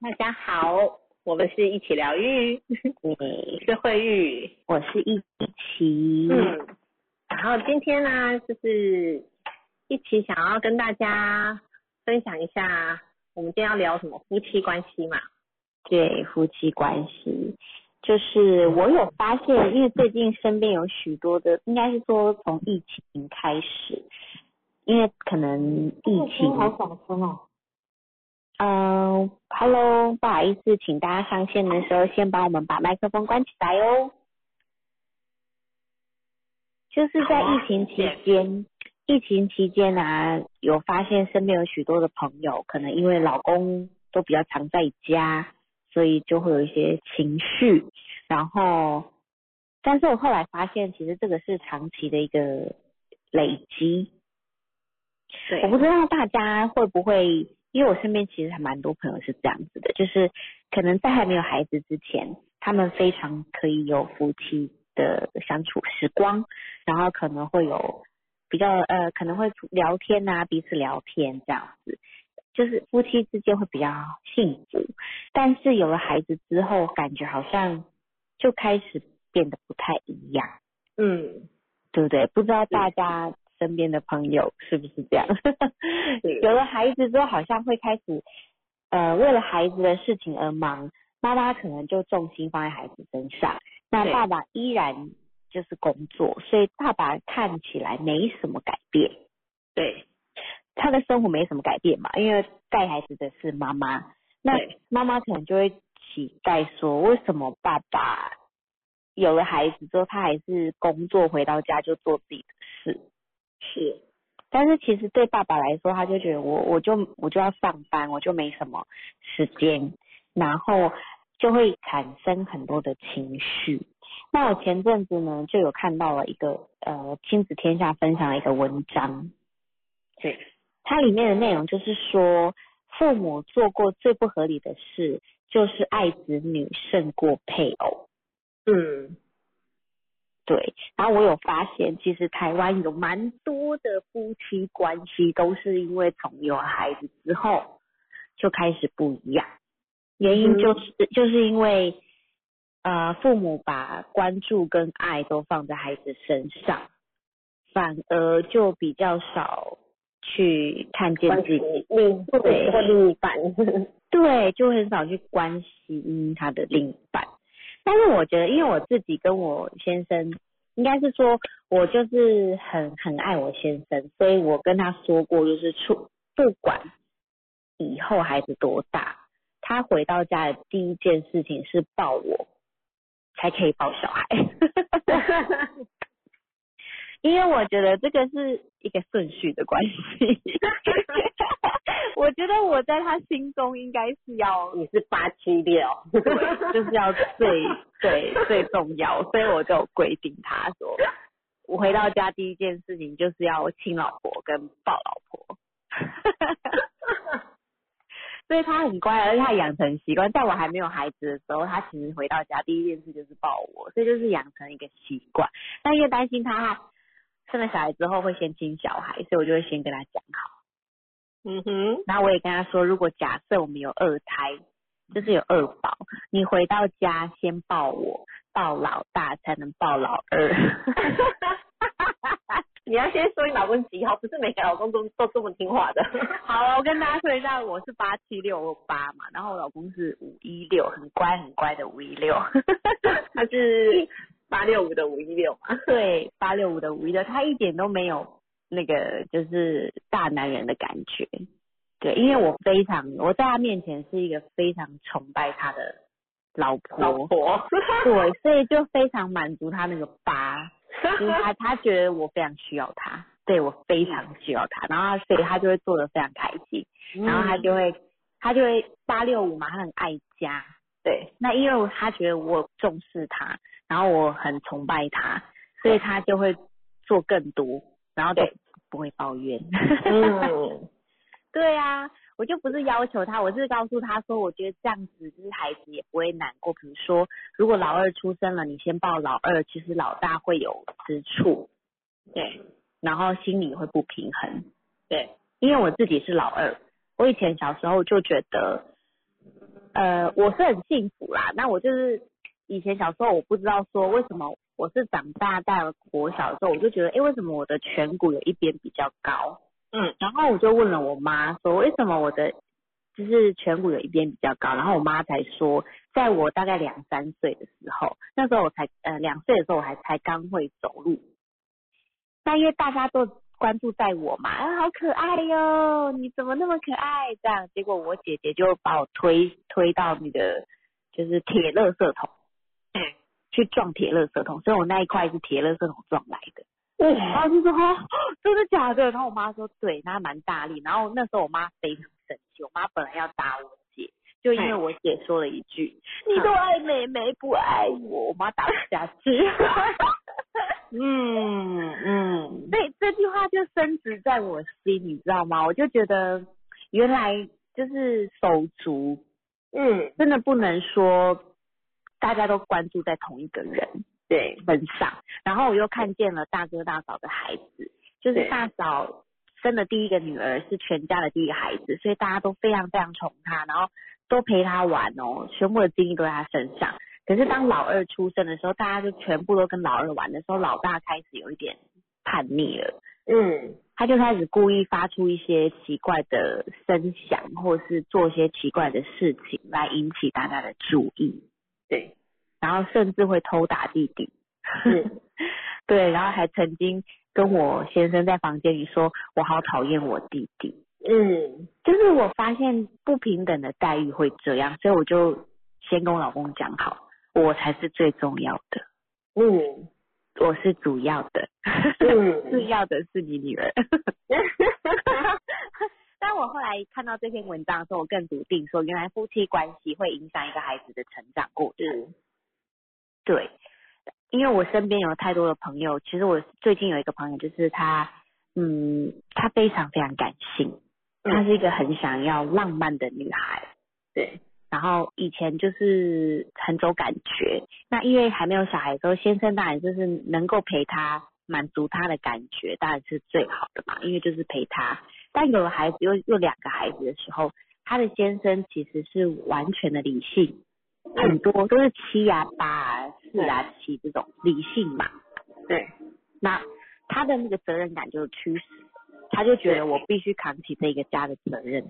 大家好，我们是一起疗愈，你，是慧玉。我是一起，嗯，然后今天呢，就是一起想要跟大家分享一下，我们今天要聊什么夫妻关系嘛？对夫妻关系，就是我有发现，因为最近身边有许多的，应该是说从疫情开始，因为可能疫情，小声哦。嗯、哈 h e l l o 不好意思，请大家上线的时候先帮我们把麦克风关起来哦。就是在疫情期间，疫情期间啊，有发现身边有许多的朋友，可能因为老公都比较常在家，所以就会有一些情绪。然后，但是我后来发现，其实这个是长期的一个累积，对，我不知道大家会不会，因为我身边其实还蛮多朋友是这样子的，就是可能在还没有孩子之前，他们非常可以有夫妻的相处时光，然后可能会有比较呃，可能会聊天呐、彼此聊天这样子，就是夫妻之间会比较幸福。但是有了孩子之后，感觉好像就开始变得不太一样，嗯，对不对？不知道大家身边的朋友是不是这样？对 有了孩子之后，好像会开始，呃，为了孩子的事情而忙。妈妈可能就重心放在孩子身上，那对爸爸依然就是工作，所以爸爸看起来没什么改变，对他的生活没什么改变嘛，因为带孩子的是妈妈，那对妈妈可能就会期待说，为什么爸爸有了孩子之后，他还是工作回到家就做自己的事？是，但是其实对爸爸来说，他就觉得我我就我就要上班，我就没什么时间，然后就会产生很多的情绪。那我前阵子呢，就有看到了一个呃亲子天下分享的一个文章，对它里面的内容就是说，父母做过最不合理的事，就是爱子女胜过配偶。嗯，对，然后我有发现，其实台湾有蛮多的夫妻关系都是因为从有了孩子之后就开始不一样，原因就是、就是因为呃父母把关注跟爱都放在孩子身上，反而就比较少去看见关自己系另或对或另一半，对，就很少去关心他的另一半。但是我觉得，因为我自己跟我先生，应该是说，我就是很很爱我先生，所以我跟他说过，就是出不管以后孩子多大，他回到家的第一件事情是抱我，才可以抱小孩。 因为我觉得这个是一个顺序的关系， 我觉得我在他心中应该是要 你是八七六，对，就是要最对最重要，所以我就有规定他说，我回到家第一件事情就是要亲老婆跟抱老婆， 所以他很乖，而且他养成习惯，在我还没有孩子的时候，他其实回到家第一件事就是抱我，所以就是养成一个习惯。但因为担心他生了小孩之后会先亲小孩，所以我就会先跟他讲好。 嗯哼，然后我也跟他说，如果假设我们有二胎，就是有二宝，你回到家先抱我，抱老大才能抱老二。 你要先说你老公几号，不是每个老公都都这么听话 的。好了，我跟大家说一下，我是八七六，我八嘛，然后我老公是五一六，很乖很乖的五一六。 他是八六五的五一六嘛？对，八六五的五一六，他一点都没有那个就是大男人的感觉。对，因为我非常，我在他面前是一个非常崇拜他的老婆， 对，所以就非常满足他那个八，就是他他觉得我非常需要他，对我非常需要他，然后他所以他就会做的非常开心，然后他就会、他就会八六五嘛，他很爱家，对，那因为他觉得我重视他，然后我很崇拜他，所以他就会做更多，然后就对不会抱怨。 嗯，对啊，我就不是要求他，我是告诉他说，我觉得这样子就是孩子也不会难过。比如说，如果老二出生了，你先抱老二，其实老大会有吃醋， 对然后心里会不平衡。对，因为我自己是老二，我以前小时候就觉得呃，我是很幸福啦。那我就是以前小时候我不知道说为什么我是长大到国小的时候，我就觉得，诶，为什么我的颧骨有一边比较高？嗯，然后我就问了我妈说，为什么我的就是颧骨有一边比较高？然后我妈才说，在我大概两三岁的时候，那时候我才呃两岁的时候我还才刚会走路。那因为大家都关注在我嘛，啊，好可爱哟、你怎么那么可爱？这样，结果我姐姐就把我推推到那个就是铁垃圾桶，嗯，去撞铁垃圾桶，所以我那一块是铁垃圾桶撞来的。然哇，后就说、哦、真的假的？然后我妈说对，那蛮大力。然后那时候我妈非常生气，我妈本来要打我姐，就因为我姐说了一句“嗯你都爱妹妹不爱我”，我妈打不下 去。嗯嗯，对，这句话就深植在我心，你知道吗？我就觉得原来就是手足嗯，真的不能说大家都关注在同一个人对，身上。然后我又看见了大哥大嫂的孩子，就是对大嫂生的第一个女儿是全家的第一个孩子，所以大家都非常非常宠她，然后都陪她玩哦，全部的精力都在她身上。可是当老二出生的时候，大家就全部都跟老二玩的时候，老大开始有一点叛逆了。嗯他就开始故意发出一些奇怪的声响，或是做一些奇怪的事情来引起大家的注意，对，然后甚至会偷打弟弟。嗯对，然后还曾经跟我先生在房间里说：“我好讨厌我弟弟。嗯”就是我发现不平等的待遇会这样，所以我就先跟我老公讲好，我才是最重要的，嗯我是主要的， 次嗯，要的是你女儿。 但我后来看到这篇文章的时候，我更笃定说，原来夫妻关系会影响一个孩子的成长过程。嗯对，因为我身边有太多的朋友，其实我最近有一个朋友，就是他，嗯，她非常非常感性，嗯她是一个很想要浪漫的女孩。对，然后以前就是很走感觉，那因为还没有小孩的时候，先生当然就是能够陪她满足她的感觉，当然是最好的嘛，因为就是陪她。但有了孩子，又又两个孩子的时候，她的先生其实是完全的理性，很多都是七啊八啊四啊七这种理性嘛，对，那她的那个责任感就驱使，她就觉得我必须扛起这个家的责任。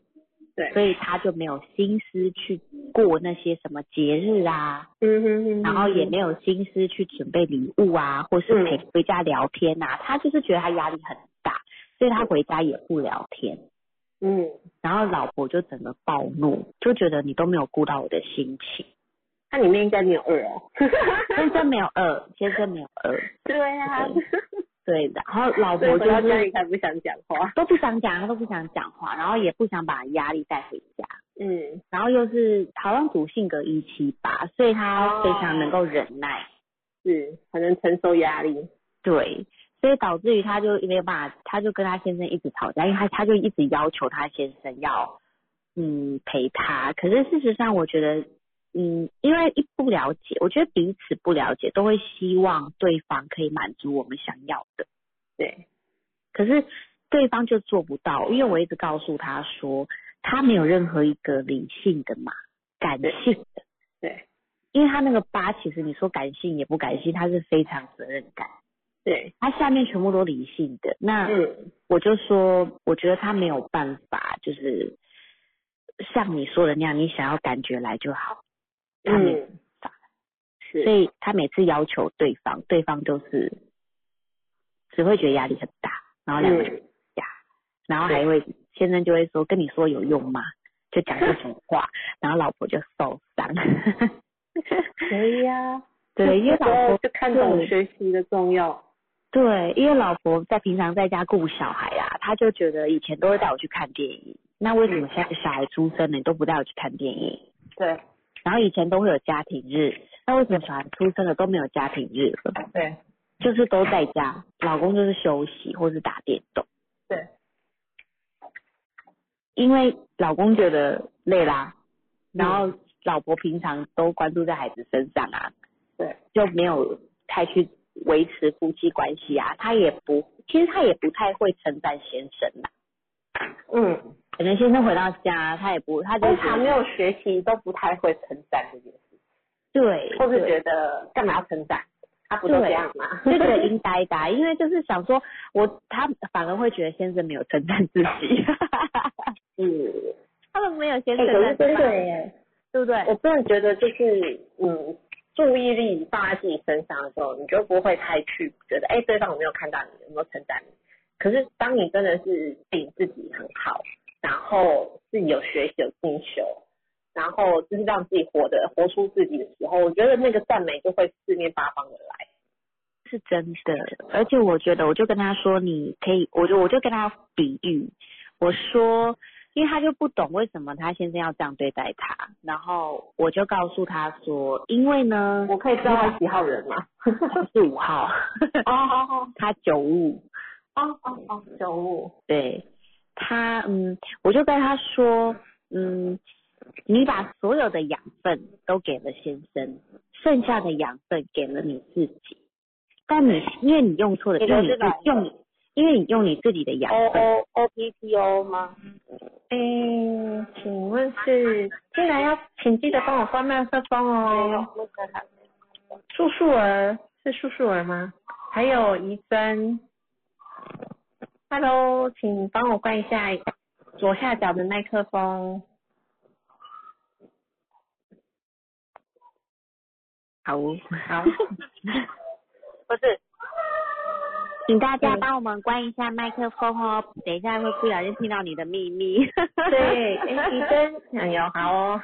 所对，以他就没有心思去过那些什么节日啊，嗯嗯哼哼，然后也没有心思去准备礼物啊，或是陪回家聊天啊。他就是觉得他压力很大，所以他回家也不聊天。嗯，然后老婆就整个暴怒，就觉得你都没有顾到我的心情。它里面应该没有二 哦，先生没有饿，先生没有饿，对呀对。然后老所以婆回就到家是里才不想讲话，都不想讲，都不想讲话，然后也不想把压力带回家。嗯然后又是好像主性格一七八，所以他非常哦能够忍耐，是，才能承受压力，对，所以导致于他就没有办法，他就跟他先生一直吵架，因为他他就一直要求他先生要嗯陪他，可是事实上我觉得嗯，因为一不了解，我觉得彼此不了解，都会希望对方可以满足我们想要的，对，可是对方就做不到，因为我一直告诉他说，他没有任何一个理性的嘛，感对性的。对因为他那个八，其实你说感性也不感性，他是非常责任感，对，他下面全部都理性的。那嗯我就说，我觉得他没有办法，就是像你说的那样，你想要感觉来就好。他没有，嗯，是所以他每次要求对方，对方都是只会觉得压力很大，然后两个人，嗯然后还会先生就会说跟你说有用吗？就讲这种话，然后老婆就受伤。可以呀，对，因为有时老婆 候就看懂学习的重要，对，因为老婆在平常在家顾小孩啊，她就觉得以前都会带我去看电影，那为什么现在小孩出生了你都不带我去看电影？对然后以前都会有家庭日，那为什么小孩出生了都没有家庭日了？对就是都在家，老公就是休息或是打电动，对，因为老公觉得累啦，然后嗯老婆平常都关注在孩子身上啊，对，就没有太去维持夫妻关系啊，她也不，其实她也不太会称赞先生啊。嗯可能先生回到家，他也不，他就通觉得常没有学习都不太会称赞这件事，对，或是对觉得干嘛要称赞？他不都这样吗？就觉得应该的，啊因为就是想说，我他反而会觉得先生没有称赞自己， 嗯，他们没有先哎、可是称赞真自己，的耶，对不对？我真的觉得就是嗯，注意力放在自己身上的时候，你就不会太去觉得哎、对方有没有看到你，有没有称赞你。可是当你真的是对你自己很好，然后自己有学习有进修，然后就是让自己活得活出自己的时候，我觉得那个赞美就会四面八方的来。是真的，而且我觉得，我就跟他说，你可以，我就我就跟他比喻，我说，因为他就不懂为什么他先生要这样对待他，然后我就告诉他说，因为呢，我可以知道他几号人吗？是五号， 哦哦他九五，哦哦哦，九五。对他，嗯，我就跟他说，嗯，你把所有的养分都给了先生，剩下的养分给了你自己，但你因为你用错了，你因为说你是哪自用你，因为你用你自己的养 O 哦分， O O P T O 吗？嗯，请问是进来要，请记得帮我关麦克风哦。那个还素素儿是素素儿吗？还有怡珍，Hello，请帮我关一下左下角的麦克风。好哦， 好，不是，请大家嗯帮我们关一下麦克风哦，等一下会不小心听到你的秘密。 对，哎怡珍，哎呦，好哦。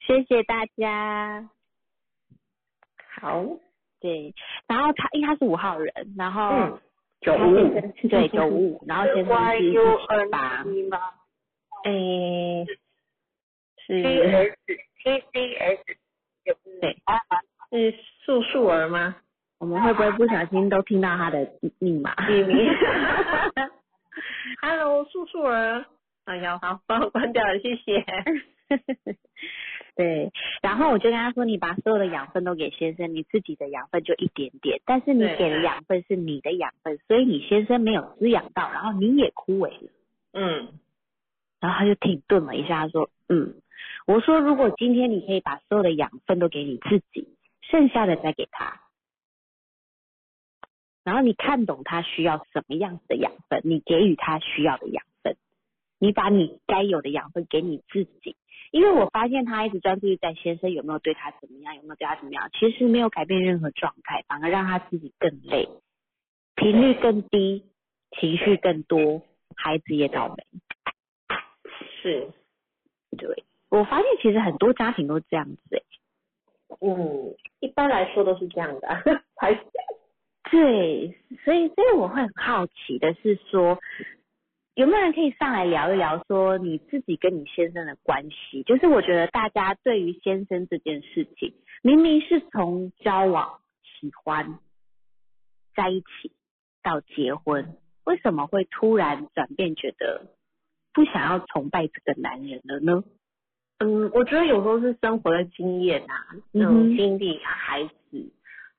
谢谢大家。好，对，然后他因为他是五号人，然后、嗯，九五五对九五五，然后先生 Y 是 U 八 N E 吗哎，哎是？G S T C S 也不是对啊，是素素儿吗？我们会不会不小心都听到他的密码？秘 密。Hello，素素儿。哎呀，好，帮我关掉了，谢谢。 对，然后我就跟他说，你把所有的养分都给先生，你自己的养分就一点点，但是你对给的养分是你的养分，所以你先生没有滋养到，然后你也枯萎了。嗯，然后他就停顿了一下，他说，嗯，我说如果今天你可以把所有的养分都给你自己，剩下的再给他。然后你看懂他需要什么样子的养分，你给予他需要的养分，你把你该有的养分给你自己。因为我发现他一直专注于在先生有没有对他怎么样，有没有对他怎么样，其实没有改变任何状态，反而让他自己更累，频率更低，情绪更多，孩子也倒霉。是。对，我发现其实很多家庭都这样子、欸。嗯，一般来说都是这样 的啊，还对，所以所以我会很好奇的是说，有没有人可以上来聊一聊说你自己跟你先生的关系？就是我觉得大家对于先生这件事情，明明是从交往、喜欢、在一起到结婚，为什么会突然转变，觉得不想要崇拜这个男人了呢？嗯，我觉得有时候是生活的经验啊，那嗯种哼经历啊，孩子，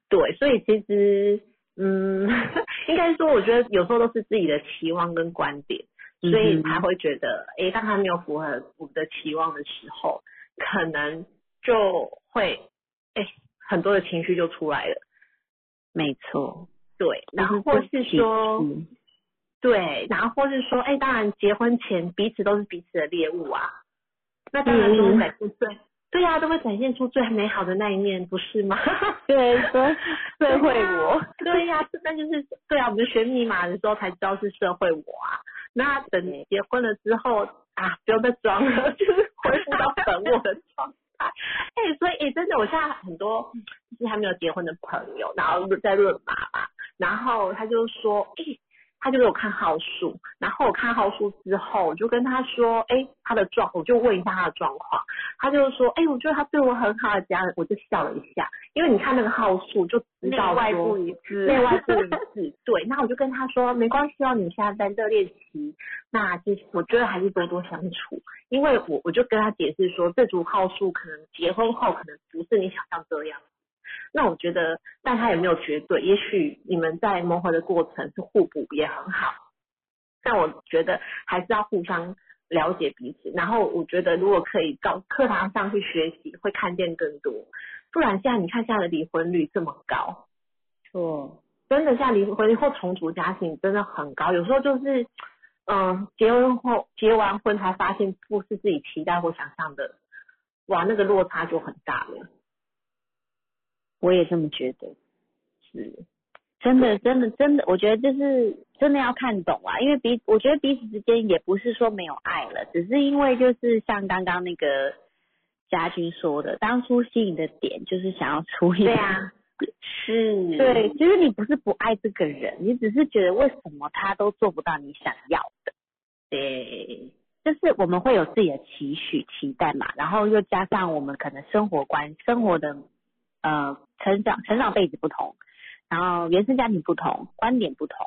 对，所以其实，嗯， 应该说，我觉得有时候都是自己的期望跟观点，所以嗯哼才会觉得，诶，当他没有符合我们的期望的时候，可能就会，诶，很多的情绪就出来了，没错，对，然后就或是情说，绪对，然后或是说，哎，当然结婚前彼此都是彼此的猎物啊，那当然嗯都会展现最，对呀、都会展现出最美好的那一面，不是吗？ 对， 所社社会会我我，对呀、那就是对啊，我们学密码的时候才知道是社会我啊。那等对结婚了之后啊，不用再装了， 就是恢复到本我的状态。 哎、所以、哎真的，我现在很多就是还没有结婚的朋友，然后在论马嘛，然后他就说，哎、他就给我看号数，然后我看号数之后，我就跟他说，哎、他的状，我就问一下他的状况，他就说，哎、我觉得他对我很好，这样我就笑了一下，因为你看那个号数就知内道外说不一致，内外不一致，对。那我就跟他说，没关系哦，你现在在热恋期，那就是我觉得还是多多相处，因为我我就跟他解释说，这组号数可能结婚后可能不是你想象这样。那我觉得，但他也没有绝对，也许你们在磨合的过程是互补也很好。但我觉得还是要互相了解彼此，然后我觉得如果可以到课堂上去学习，会看见更多。不然现在你看现在的离婚率这么高，错，真的现在离婚率或重组家庭真的很高，有时候就是。嗯，结婚后结完婚才发现不是自己期待或想象的，哇，那个落差就很大了。我也这么觉得。是，真的，真的，真的，我觉得就是真的要看懂啊，因为彼，我觉得彼此之间也不是说没有爱了，只是因为就是像刚刚那个家军说的，当初吸引的点就是想要处理对 啊，是，对，其实你不是不爱这个人，你只是觉得为什么他都做不到你想要的。对，就是我们会有自己的期许、期待嘛，然后又加上我们可能生活观、生活的呃成长、成长背景不同，然后原生家庭不同，观点不同，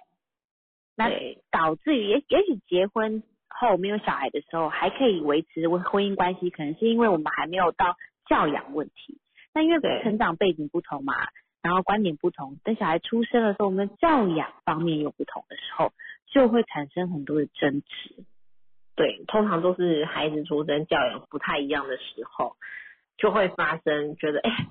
那对导致于也也许结婚后没有小孩的时候，还可以维持婚婚姻关系，可能是因为我们还没有到教养问题。那因为对成长背景不同嘛，然后观点不同，等小孩出生的时候，我们教养方面有不同的时候，就会产生很多的争执。对，通常都是孩子出生教养不太一样的时候，就会发生觉得哎，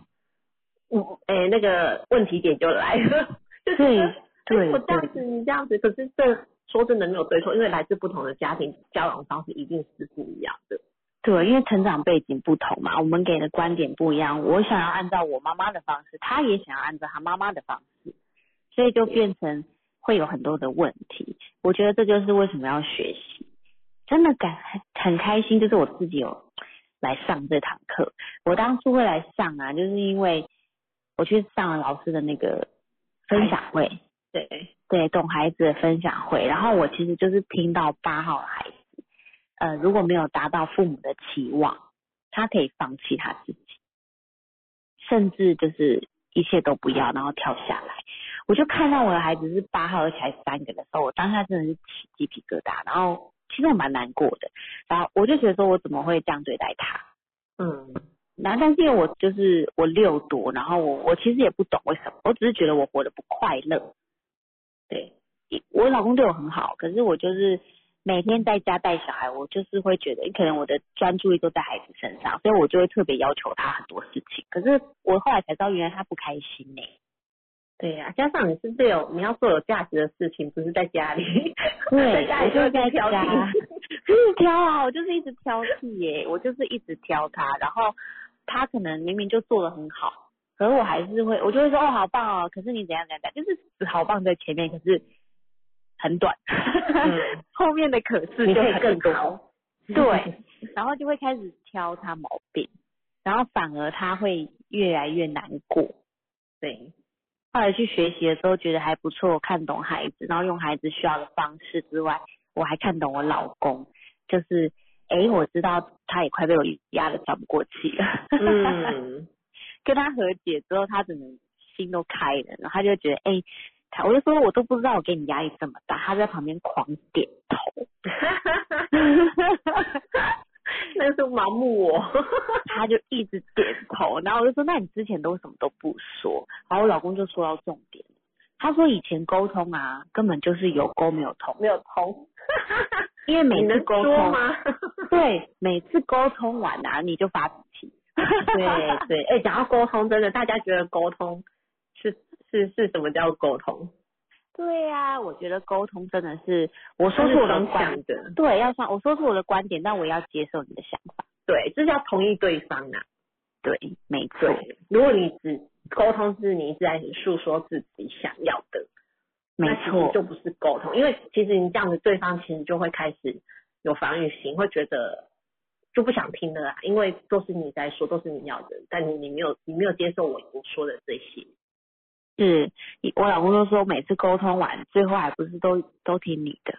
我哎那个问题点就来了， 就是对哎对我这样子对你这样子，可是这说真的没有对错，因为来自不同的家庭，教养方式一定是不一样的。对，因为成长背景不同嘛，我们给的观点不一样。我想要按照我妈妈的方式，她也想要按照她妈妈的方式，所以就变成会有很多的问题。我觉得这就是为什么要学习，真的感很很开心，就是我自己有来上这堂课。我当初会来上啊，就是因为我去上了老师的那个分享会，对，对懂孩子的分享会，然后我其实就是听到八号的孩子，呃，如果没有达到父母的期望，他可以放弃他自己，甚至就是一切都不要，然后跳下来。我就看到我的孩子是八号，而且还三个的时候，我当下真的是起鸡皮疙瘩，然后其实我蛮难过的，然后我就觉得说我怎么会这样对待他？嗯，那但是因为我就是我六多，然后我我其实也不懂为什么，我只是觉得我活得不快乐。对，我老公对我很好，可是我就是每天在家带小孩，我就是会觉得可能我的专注力都在孩子身上，所以我就会特别要求他很多事情。可是我后来才知道，原来他不开心呢、对呀、加上你是不是有你要做有价值的事情，不是在家里， 在对，家我里就是会在被家挑剔， 就是挑啊，我就是一直挑剔耶、我就是一直挑他，然后他可能明明就做的很好，可是我还是会，我就会说哦好棒哦，可是你怎样怎样怎样，就是好棒在前面，可是很短，嗯 后面的可是你就可以很更 多好。对，然后就会开始挑他毛病，然后反而他会越来越难过。对，后来去学习了之后，觉得还不错，看懂孩子，然后用孩子需要的方式之外，我还看懂我老公，就是诶，我知道他也快被我压得喘不过气了。嗯， 跟他和解之后，他整个心都开了，然后他就觉得诶，他我就说我都不知道我给你压力这么大，他在旁边狂点头， 那是盲目我。他就一直点头，然后我就说那你之前都为什么都不说？然后我老公就说到重点，他说以前沟通啊根本就是有沟没有通，没有通，因为 你每次能沟说通吗？对，每次沟通完啊，你就发脾气。对对，哎、讲到沟通，真的，大家觉得沟通是是是什么叫沟通？对啊，我觉得沟通真的是，我它说是出我的双观向的，对，要算我说出我的观点，但我也要接受你的想法。对，就是要同意对方啊。对，没错，对，如果你只沟通是你一直在诉说自己想要的，没那其实错，就不是沟通，因为其实你这样子，对方其实就会开始有防御心，会觉得就不想听了啦，因为都是你在说，都是你要的，但你你没有你没有接受我我说的这些，是我老公都说每次沟通完，最后还不是都都听你的。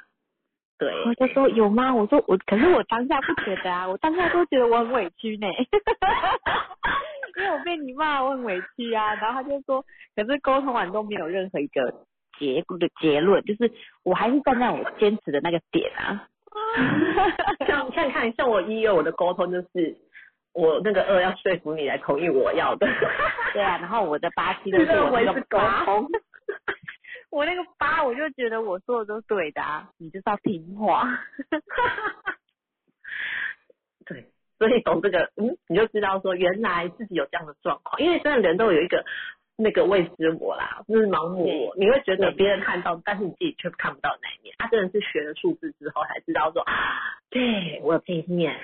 对，我就说有吗？我说我，可是我当下不觉得啊，我当下都觉得我很委屈呢， 因为我被你骂，我很委屈啊。然后他就说，可是沟通完都没有任何一个结的结论，就是我还是站在我坚持的那个点啊。 像像看像我一月我的沟通就是我那个二要说服你来同意我要的，对啊，然后我的八七自就是认我为那是个沟八，通， 我那个八，我就觉得我做的都对的啊，你就是要听话。对，所以从这个，嗯，你就知道说原来自己有这样的状况，因为真的人都有一个那个未知我啦，就是盲目我，你会觉得别人看到，但是你自己却看不到那一面。他、真的是学了数字之后才知道说，啊，对我有这一面，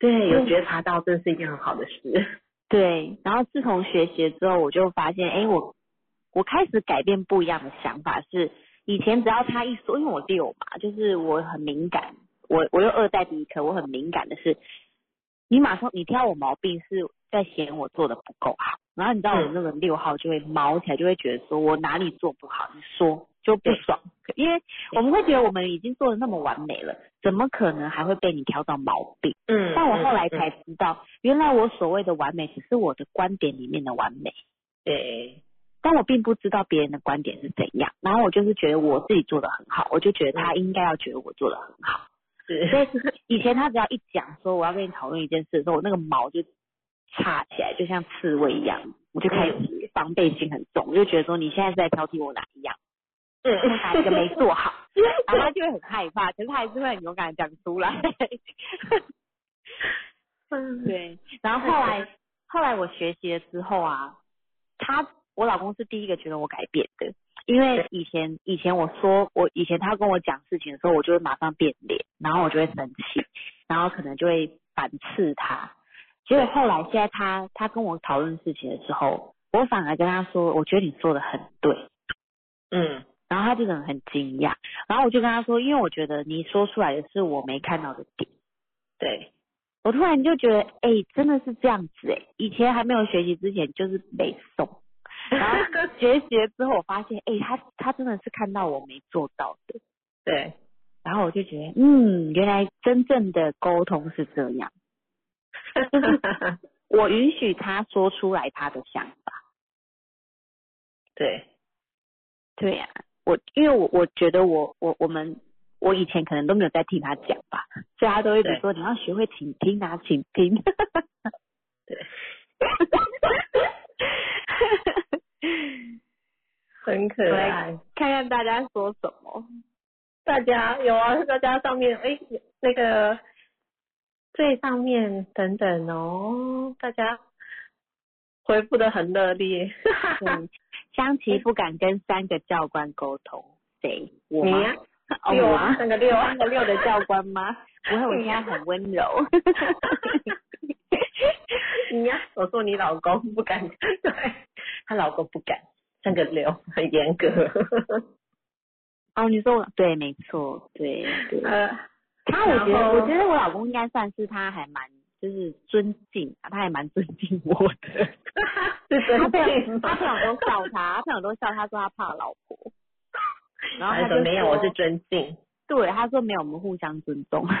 对，有觉察到，这是一件很好的事。嗯对，然后自从学习之后，我就发现，哎，我我开始改变不一样的想法是，以前只要他一说，因为我六嘛，就是我很敏感，我我又二代第一颗，我很敏感的是，你马上你挑我毛病是在嫌我做的不够好，然后你知道嗯我那个六号就会毛起来，就会觉得说我哪里做不好，你说就不爽，因为我们会觉得我们已经做的那么完美了，怎么可能还会被你挑到毛病？嗯但我后来才知道，原来我所谓的完美只是我的观点里面的完美，对，但我并不知道别人的观点是怎样。然后我就是觉得我自己做的很好，我就觉得他应该要觉得我做的很好。是所以以前他只要一讲说我要跟你讨论一件事的时候，我那个毛就插起来，就像刺猬一样，我就开嗯始防备心很重，我就觉得说你现在是在挑剔我哪一样，嗯我哪一 个没做好，然后他就会很害怕，可是他还是会很勇敢地讲出来。 嗯，对，然后后来后来我学习了之后啊，他我老公是第一个觉得我改变的，因为以前以前我说我以前他跟我讲事情的时候，我就会马上变脸，然后我就会生气，然后可能就会反刺他。结果后来现在他他跟我讨论事情的时候，我反而跟他说，我觉得你说的很对，嗯，然后他就很很惊讶，然后我就跟他说，因为我觉得你说出来的是我没看到的点。对，我突然就觉得，哎、真的是这样子哎、以前还没有学习之前就是北宋，然后学习了之后，我发现，哎、他他真的是看到我没做到的，对， 然后我就觉得，嗯，原来真正的沟通是这样，我允许他说出来他的想法。 对，对呀、我因为我我觉得我我我们我以前可能都没有在听他讲吧，所以他都一直对说你要学会倾听啊，倾听。 对。很可爱。看看大家说什么。大家有啊，大家上面哎、那个最上面等等哦，大家回复的很热烈。 嗯，香琪不敢跟三个教官沟通，谁？我你吗？呀、 哦六我啊吗，那个六啊三，个六的教官吗？不会，我现在很温柔。你呀、我说你老公不敢， 对，她老公不敢，那个六很严格。 哦，你说我对，没错，对对。呃，他我觉然得，后我觉得我老公应该算是他还蛮就是尊敬啊，他还蛮尊敬我的。 是他真朋的友他朋友都笑他，他朋友都笑他说他怕老 婆。然后还他是就说没有，说我是尊敬。对，他说没有，我们互相尊 重。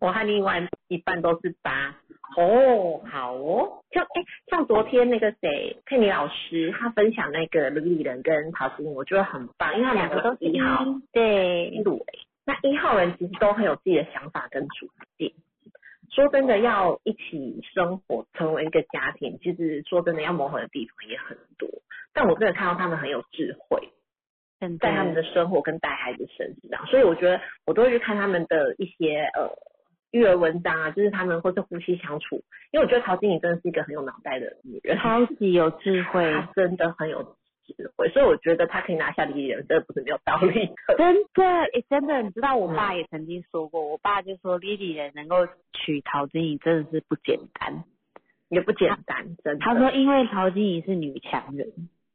我和另外一半都是八。哦，好哦，像哎，像昨天那个谁佩妮老师，她分享那个李李人跟陶晶莹，我觉得很棒，因为他们两个都是一号嗯对入围。那一号人其实都很有自己的想法跟主见。说真的，要一起生活，成为一个家庭，其实说真的，要磨合的地方也很多。但我真的看到他们很有智慧，真的在他们的生活跟带孩子身上，所以我觉得我都会去看他们的一些呃育儿文章啊，就是他们或是夫妻相处，因为我觉得陶晶莹真的是一个很有脑袋的女人，超级有智慧， 她真的很有智慧，所以我觉得她可以拿下第一人，这不是没有道理的。真的，哎、真的，你知道我嗯爸也曾经说过，我爸就说 Lily 人能够娶陶晶莹真的是不简单。也不简单，真的。他说因为陶晶莹是女强人，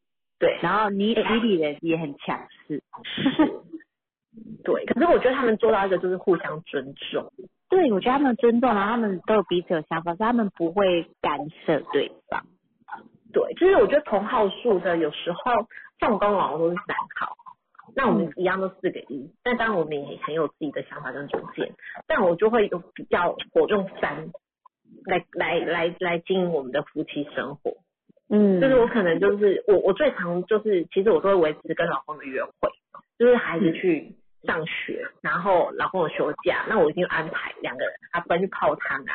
对，然后你哎李李人也很强势。对，可是我觉得他们做到一个就是互相尊重，对，我觉得他们尊重，然啊后他们都有彼此有想法，所以他们不会干涉对方。对，就是我觉得同号数的有时候，像我跟我老公都是三号，那我们一样都四个一，但当然我们也很有自己的想法跟主见，但我就会有比较我用三来来来来经营我们的夫妻生活，嗯就是我可能就是我我最常就是其实我都会维持跟老公的约会，就是孩子去上学，然后老公有休假，那我一定安排两个人，啊，不然去泡汤啊，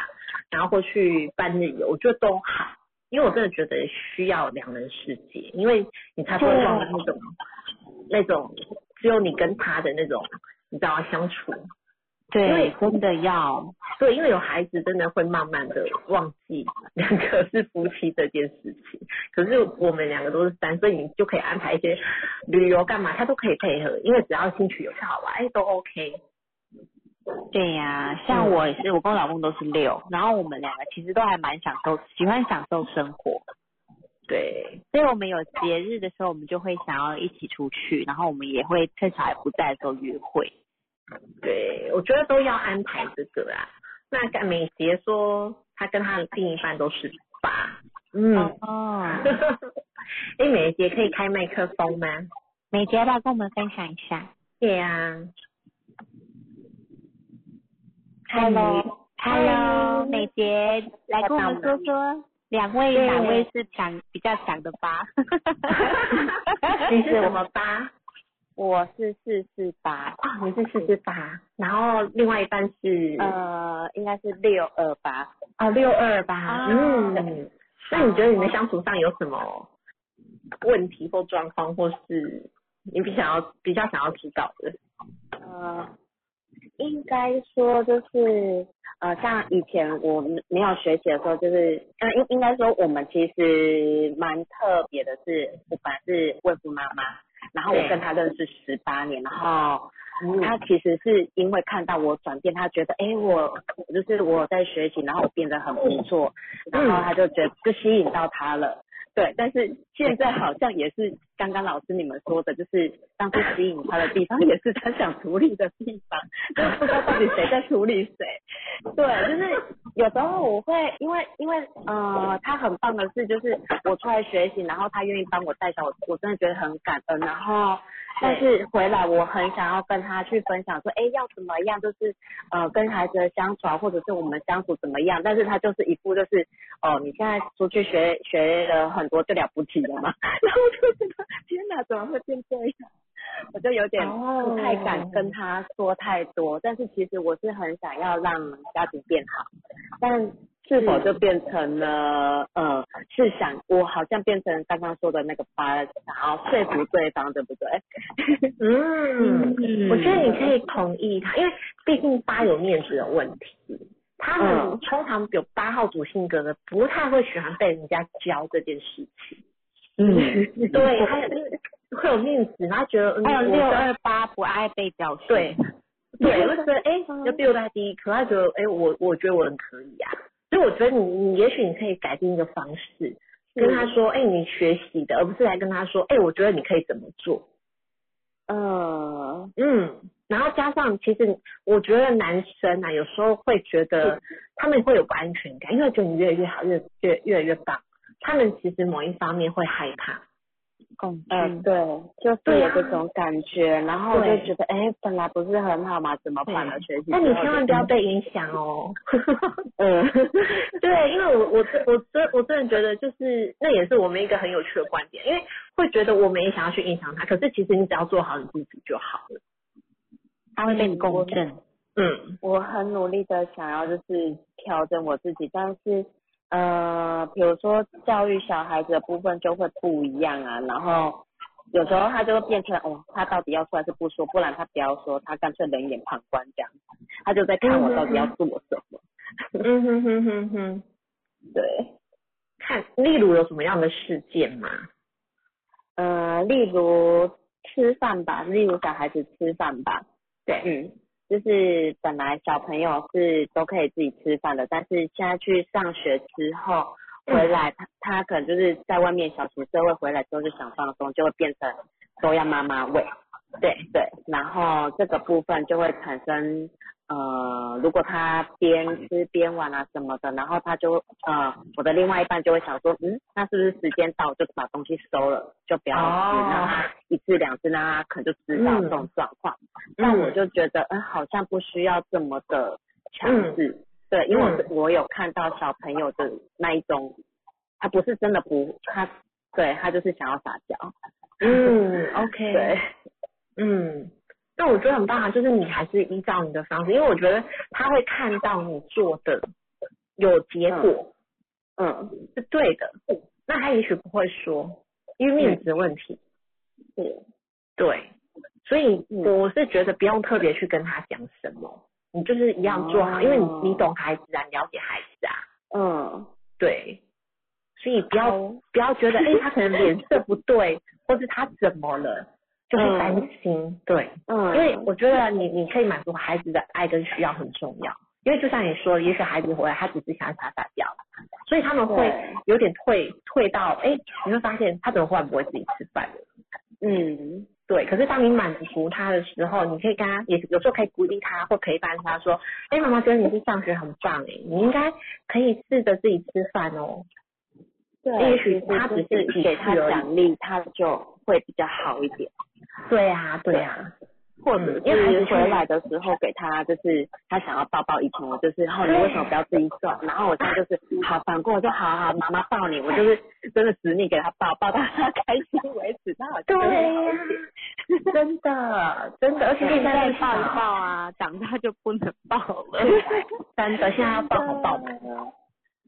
然后或去半日游，我觉得都好。因为我真的觉得需要两人世界，因为你才不会忘了那种那种只有你跟他的那种，你知道吗相处。因为对，真的要，对，因为有孩子真的会慢慢的忘记两个是夫妻这件事情。可是我们两个都是三，所以你就可以安排一些旅游干嘛，他都可以配合，因为只要兴趣有好玩，哎，都 OK。嗯对呀、像我也是，我跟我老公都是六，然后我们两个其实都还蛮享受，喜欢享受生活，对，所以我们有节日的时候，我们就会想要一起出去，然后我们也会趁小孩不在的时候约会。对，我觉得都要安排这个啊。那干美杰说，他跟他的另一半都是八，嗯，哦， 哎，美杰可以开麦克风吗？美杰要不要跟我们分享一下对啊， ？Hello，Hello， Hello 美杰来跟我们说说，两位对哪位是强比较强的 吧？ 你是什么八？ 我是四四八，啊、你是四十八，然后另外一半嗯是呃，应该是六二八。啊六二啊八，嗯，那你觉得你们相处上有什么问题或状况，或是你比想要比较想要知道的？呃，应该说就是呃，像以前我们没有学习的时候，就是呃应应该说我们其实蛮特别的是，我本来是未婚妈妈，然后我对跟她认识十八年，然后嗯她其实是因为看到我转变，她觉得哎、诶我就是我在学习，然后我变得很不错，然后她就觉得就吸引到她了。对，但是现在好像也是刚刚老师你们说的，就是当初吸引他的地方，也是他想处理的地方，就是不知道到底谁在处理谁。对，就是有时候我会因为因为呃，他很棒的是，就是我出来学习，然后他愿意帮我带小，我我真的觉得很感恩。然后但是回来我很想要跟他去分享说，哎，要怎么样，就是呃跟孩子的相处啊，或者是我们相处怎么样，但是他就是一副就是哦，你现在出去学学了很多就了不起了嘛， 然后我就觉得天哪，怎么会变这样？我就有点不太敢跟他说太多，但是其实我是很想要让家庭变好，但是否就变成了呃，是想我好像变成刚刚说的那个八，想要说服对方，对不对？嗯，嗯我觉得你可以同意他，因为毕竟八有面子的问题。他们嗯通常有八号主性格的，不太会喜欢被人家教这件事情。嗯，对，还有就是会有面子，然后觉得嗯，还有我哦六跟二八不爱被教训。对，对，会觉得哎，要比我在第一，可他觉得哎，我我觉得我很可以啊，所以我觉得你你也许你可以改变一个方式，跟他嗯说哎，你学习的，而不是来跟他说哎，我觉得你可以怎么做，呃，嗯，然后加上其实我觉得男生啊，有时候会觉得他们会有不安全感，因为觉得你越来越好，越越越来越棒，他们其实某一方面会害怕，恐呃，惧。对，就是对有啊这种感觉，然后对就觉得，哎，本来不是很好嘛，怎么反而学习？但你千万不要，被影响 哦。嗯，对，因为我我真我真我真的觉得就是那也是我们一个很有趣的观点，因为会觉得我们也想要去影响他，可是其实你只要做好你自己就好了。他会被你共振。嗯，我很努力的想要就是调整我自己，但是呃，比如说教育小孩子的部分就会不一样啊，然后有时候他就会变成哦，他到底要说还是不说，不然他不要说，他干脆冷眼旁观这样，他就在看嗯我到底要做什么。嗯哼哼哼哼，对，看例如有什么样的事件吗？呃，例如吃饭吧，例如小孩子吃饭吧，对，嗯，就是本来小朋友是都可以自己吃饭的，但是现在去上学之后回来，他他可能就是在外面小厨社会回来之后就想放松，就会变成都要妈妈喂。对对，然后这个部分就会产生呃，如果他边吃边玩啊什么的，然后他就呃，我的另外一半就会想说，嗯，那是不是时间到就把东西收了，就不要吃，哦让他一次两次，让他可能就知嗯道这种状况。但我就觉得，嗯，好像不需要这么的强嗯制，对，因为我是我有看到小朋友的那一种，他不是真的不，他对他就是想要撒娇， 嗯，OK，对，嗯，那我觉得很棒啊，就是你还是依照你的方式，因为我觉得他会看到你做的有结果，嗯，是对的，那他也许不会说，因为面子的问题。是，对，所以嗯我是觉得不用特别去跟他讲什么，你就是一样做好，因为你你懂孩子啊，你了解孩子啊，哦嗯，对，所以不要、不要觉得哎、诶他可能脸色 不对，或是他怎么了，就会担心，对，嗯，因为我觉得你你可以满足孩子的爱跟需要很重要，因为就像你说的，也许孩子回来他只是想要撒撒娇，所以他们会对有点退退到，哎、你会发现他怎么忽然不会自己吃饭了？嗯，对，可是当你满足他的时候，你可以跟他，也有时候可以鼓励他或陪伴他说，哎、妈妈觉得你去上学很棒哎、你应该可以试着自己吃饭哦。对也许他只是一给他次而已奖励，他就会比较好一点。对啊，对啊，或者因为孩子是回来的时候给他，就是他想要抱抱，以前我就是，哦，你为什么不要自己走？然后我现在就是，好，反过来就好好，妈妈抱你，我就是真的使命给他抱，抱到他 开心为止。他好像就是好一点 真的真的，而且现现在在抱一抱，抱啊，长大就不能抱 了。真 的现在要抱好抱满。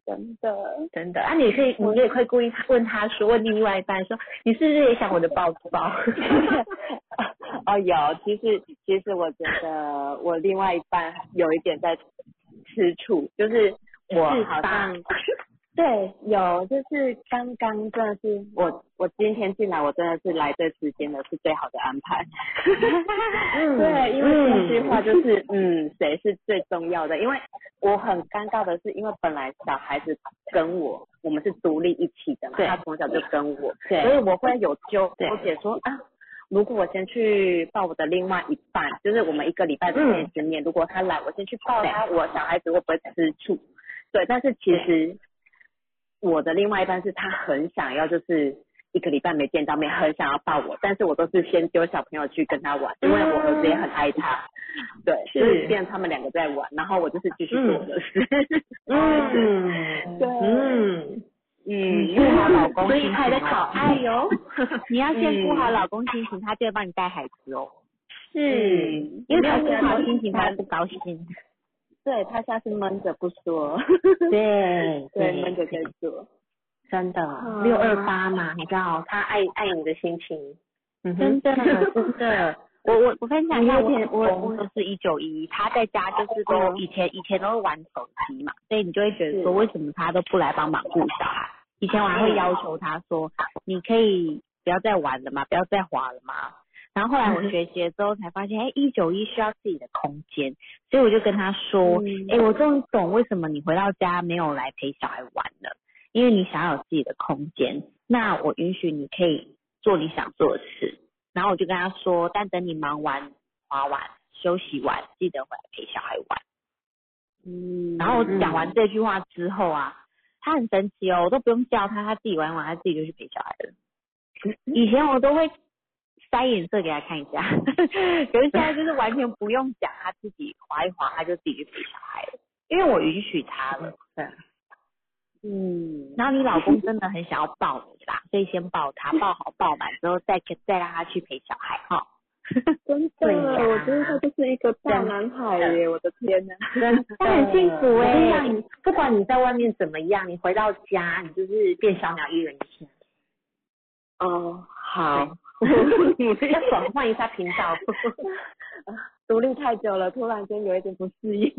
真的，真的啊，你可以，你也可以故意问他说，问另外一半说，你是不是也想我的抱抱？ 哦，有，其实其实我觉得我另外一半有一点在吃醋，就是我是好吧像对有，就是刚刚真的是我我今天进来，我真的是来对时间的是最好的安 排。嗯对，因为这句话就是嗯，谁是最重要的？因为我很尴尬的是，因为本来小孩子跟我，我们是独立一起的嘛，对他从小就跟我，对所以我会有纠对结说啊，如果我先去抱我的另外一半，就是我们一个礼拜只见一次面，如果他来，我先去抱他，我小孩子会不会吃醋？对，但是其实我的另外一半是他很想要，就是一个礼拜没见到面，很想要抱我，但是我都是先丢小朋友去跟他玩，因为我儿子也很爱他，对，是嗯就是变成他们两个在玩，然后我就是继续做我的事。嗯，对嗯， 嗯，顾好老公所心以情他在哦考爱 哟。你要先顾好嗯老公心情，他就会帮你带孩子哦，嗯，因为他没顾有好心情，他会不高兴。对他下次闷着不说， 对对，闷着再说。真的啊六二八嘛，你知道，他爱爱你的心情，嗯哼，真 的，真的。我我我分享一下，你有我点我我我都是一九一，他在家就是都以前以前都会玩手机嘛，所以你就会觉得说，为什么他都不来帮忙顾小孩？以前我还会要求他说，你可以不要再玩了嘛，不要再滑了嘛。然后后来我学习了之后才发现，哎，一九一需要自己的空间，所以我就跟他说，哎、我终于懂为什么你回到家没有来陪小孩玩了。因为你想要有自己的空间，那我允许你可以做你想做的事。然后我就跟他说，但等你忙完、滑完、休息完，记得回来陪小孩玩。嗯然后我讲完这句话之后啊，他很神奇哦，我都不用叫他，他自己玩一玩，他自己就去陪小孩了。以前我都会塞眼色给他看一下， 可是现在就是完全不用讲，他自己滑一滑，他就自己去陪小孩了，因为我允许他了。嗯，然后你老公真的很想要抱你啦，所以先抱他，抱好抱满之后再再让他去陪小孩哈。真的，对呀我觉得他就是一个大男孩耶，哎我的天 嗯哪！他很幸福哎哎、欸，不管你在外面怎么样，你回到家，你就是变小鸟依人家。哦，好， 要转换一下频道，独立太久了，突然间有一点不 适应。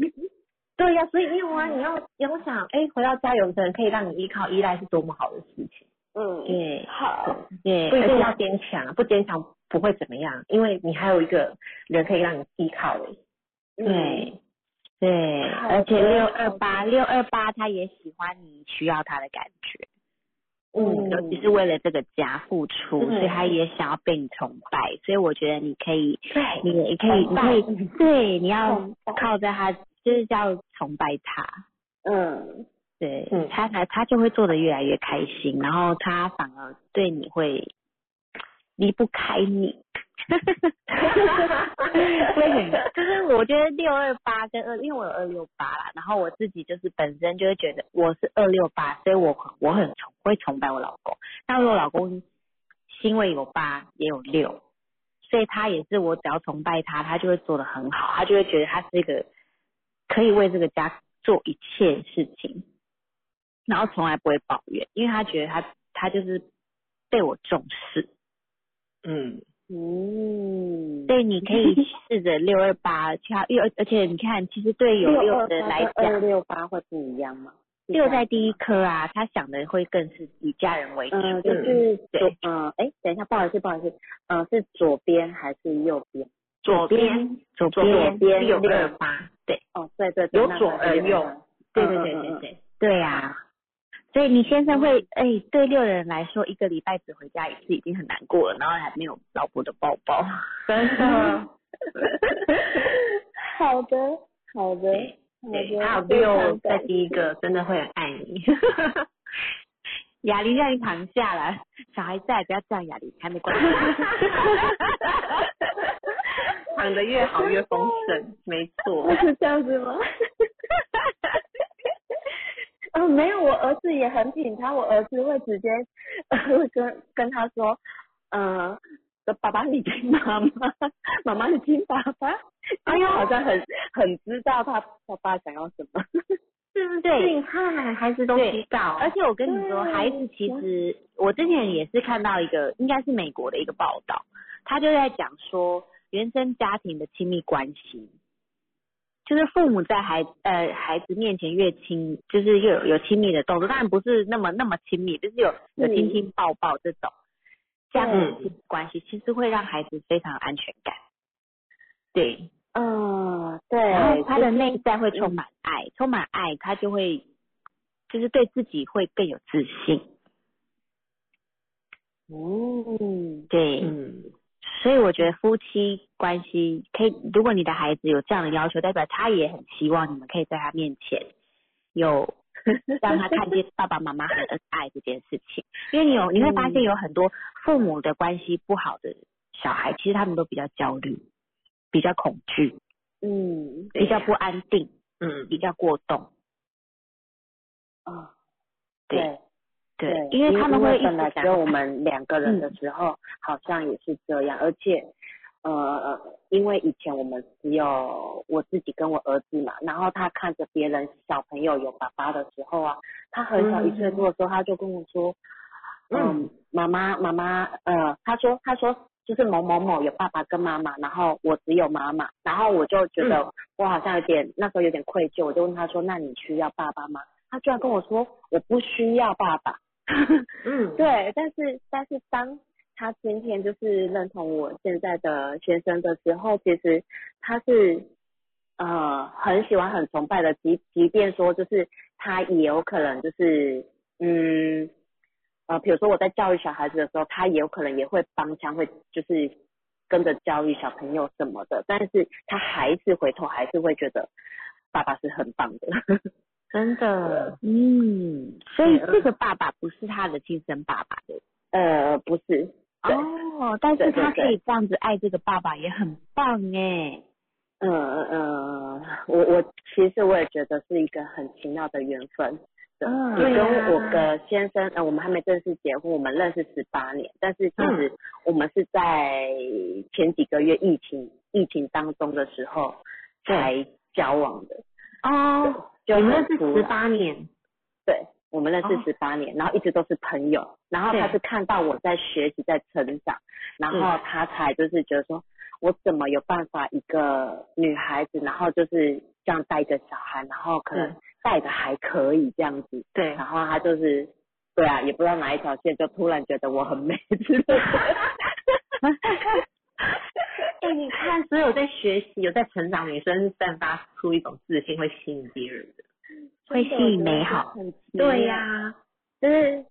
对呀、所以因为啊，你要你要想，哎、回到家有人可以让你依靠依赖，是多么好的事情。嗯，对，好，对不一而定且要坚强，不坚强不会怎么样，因为你还有一个人可以让你依靠的。嗯，对对，好而且的六二八六二八他也喜欢你需要他的感觉，嗯尤其是为了这个家付出，对所以他也想要被你崇拜，所以我觉得你可以，对你也可以，崇你拜可以，对，你要崇拜靠在他，就是要崇拜他。嗯，对，嗯他才他就会做得越来越开心，然后他反而对你会离不开你。 所以很就是我觉得六二八跟二，因为我有二六八啦，然后我自己就是本身就会觉得我是二六八，所以我很我很崇会崇拜我老公。那如果老公因为有八也有六，所以他也是我只要崇拜他，他就会做得很好，他就会觉得他是一个可以为这个家做一切事情然后从来不会抱怨，因为他觉得他他就是被我重视。嗯，嗯，所以你可以试着六二八，其他因为而而且你看，其实对有六的人来二讲，六八会不一样吗？六在第一颗啊，他想的会更是以家人为主。嗯，就是左，嗯，哎，等一下，不好意思，不好意思，嗯，是左边还是右边？左边左左边边六六二八，对哦，对对对，有那左那而就右嗯对对对嗯嗯对嗯对，对啊，所以你先生会哎、对六的人来说，一个礼拜只回家一次已经很难过了，然后还没有老婆的抱抱。 真的。好的， 好的，对好对，的还有非常六在感第一个真的会很 爱你。雅玲哎让你躺下啦，小孩在，不要这样，雅玲还 没关系。躺得越好越丰盛，没错。 是这样子吗？嗯，没有，我儿子也很挺他，我儿子会直接呃会跟跟他说，呃，爸爸你听妈 妈，妈妈你听爸爸，哎呦，好像很很知道他爸爸想要什么，是不对？你看，孩子都对知道，而且啊我跟你说，对孩子其实我之前也是看到一个，应该是美国的一个报道，他就在讲说原生家庭的亲密关系，就是父母在孩呃孩子面前越亲，就是越有有亲密的动作，当然不是那么那么亲密，就是有有亲亲抱抱这种，嗯这样的嗯亲密关系其实会让孩子非常有安全感。对，嗯，然后对，他的内在会充满爱，充满爱，他就会就是对自己会更有自信。嗯，对，嗯，所以我觉得夫妻关系可以，如果你的孩子有这样的要求，代表他也很希望你们可以在他面前有 让他看见爸爸妈妈很恩爱这件事情。因为你有你会发现有很多父母的关系不好的小孩，其实他们都比较焦虑，比较恐惧，嗯，比较不安定，嗯，比较过动。啊，对对。对，因为他们嗯会一本来直只有想我们两个人的时候，好像也是这样，而且呃，因为以前我们只有我自己跟我儿子嘛，然后他看着别人小朋友有爸爸的时候啊，他很小嗯一岁多的时候，他就跟我说，嗯嗯，妈妈妈妈，呃，他说他说。就是某某某有爸爸跟妈妈，然后我只有妈妈，然后我就觉得我好像有点、那时候有点愧疚，我就问他说：“那你需要爸爸吗？”他居然跟我说：“我不需要爸爸。”嗯，对，但是但是当他今天就是认同我现在的学生的时候，其实他是呃很喜欢很崇拜的，即即便说就是他也有可能就是嗯呃，比如说我在教育小孩子的时候，他也有可能也会帮腔，会就是跟着教育小朋友什么的，但是他还是回头还是会觉得爸爸是很棒的。 真的，嗯，所以这个爸爸不是他的亲生爸爸的呃，不是，对哦，但是对对他可对以这样子爱这个爸爸也很棒哎，嗯嗯，嗯，我我其实我也觉得是一个很奇妙的缘分。对嗯我对跟啊我的先生，呃，我们还没正式结婚，我们认识十八年，但是其嗯实我们是在前几个月疫情疫情当中的时候对才交往的，哦，就你们很认识突十然八年，对，我们认识哦十八年，然后一直都是朋友。然后他对是看到我在学习、在成长，然后他才就是觉得说，我怎么有办法一个女孩子，然后就是这样带一个小孩，然后可能嗯带的还可以这样子，对然，后他就是，对啊，也不知道哪一条线，就突然觉得我很美之类的。哎、你看，所有在学习、有在成长的女生，散发出一种自信，会吸引别人的。嗯会吸引美好。对呀、就是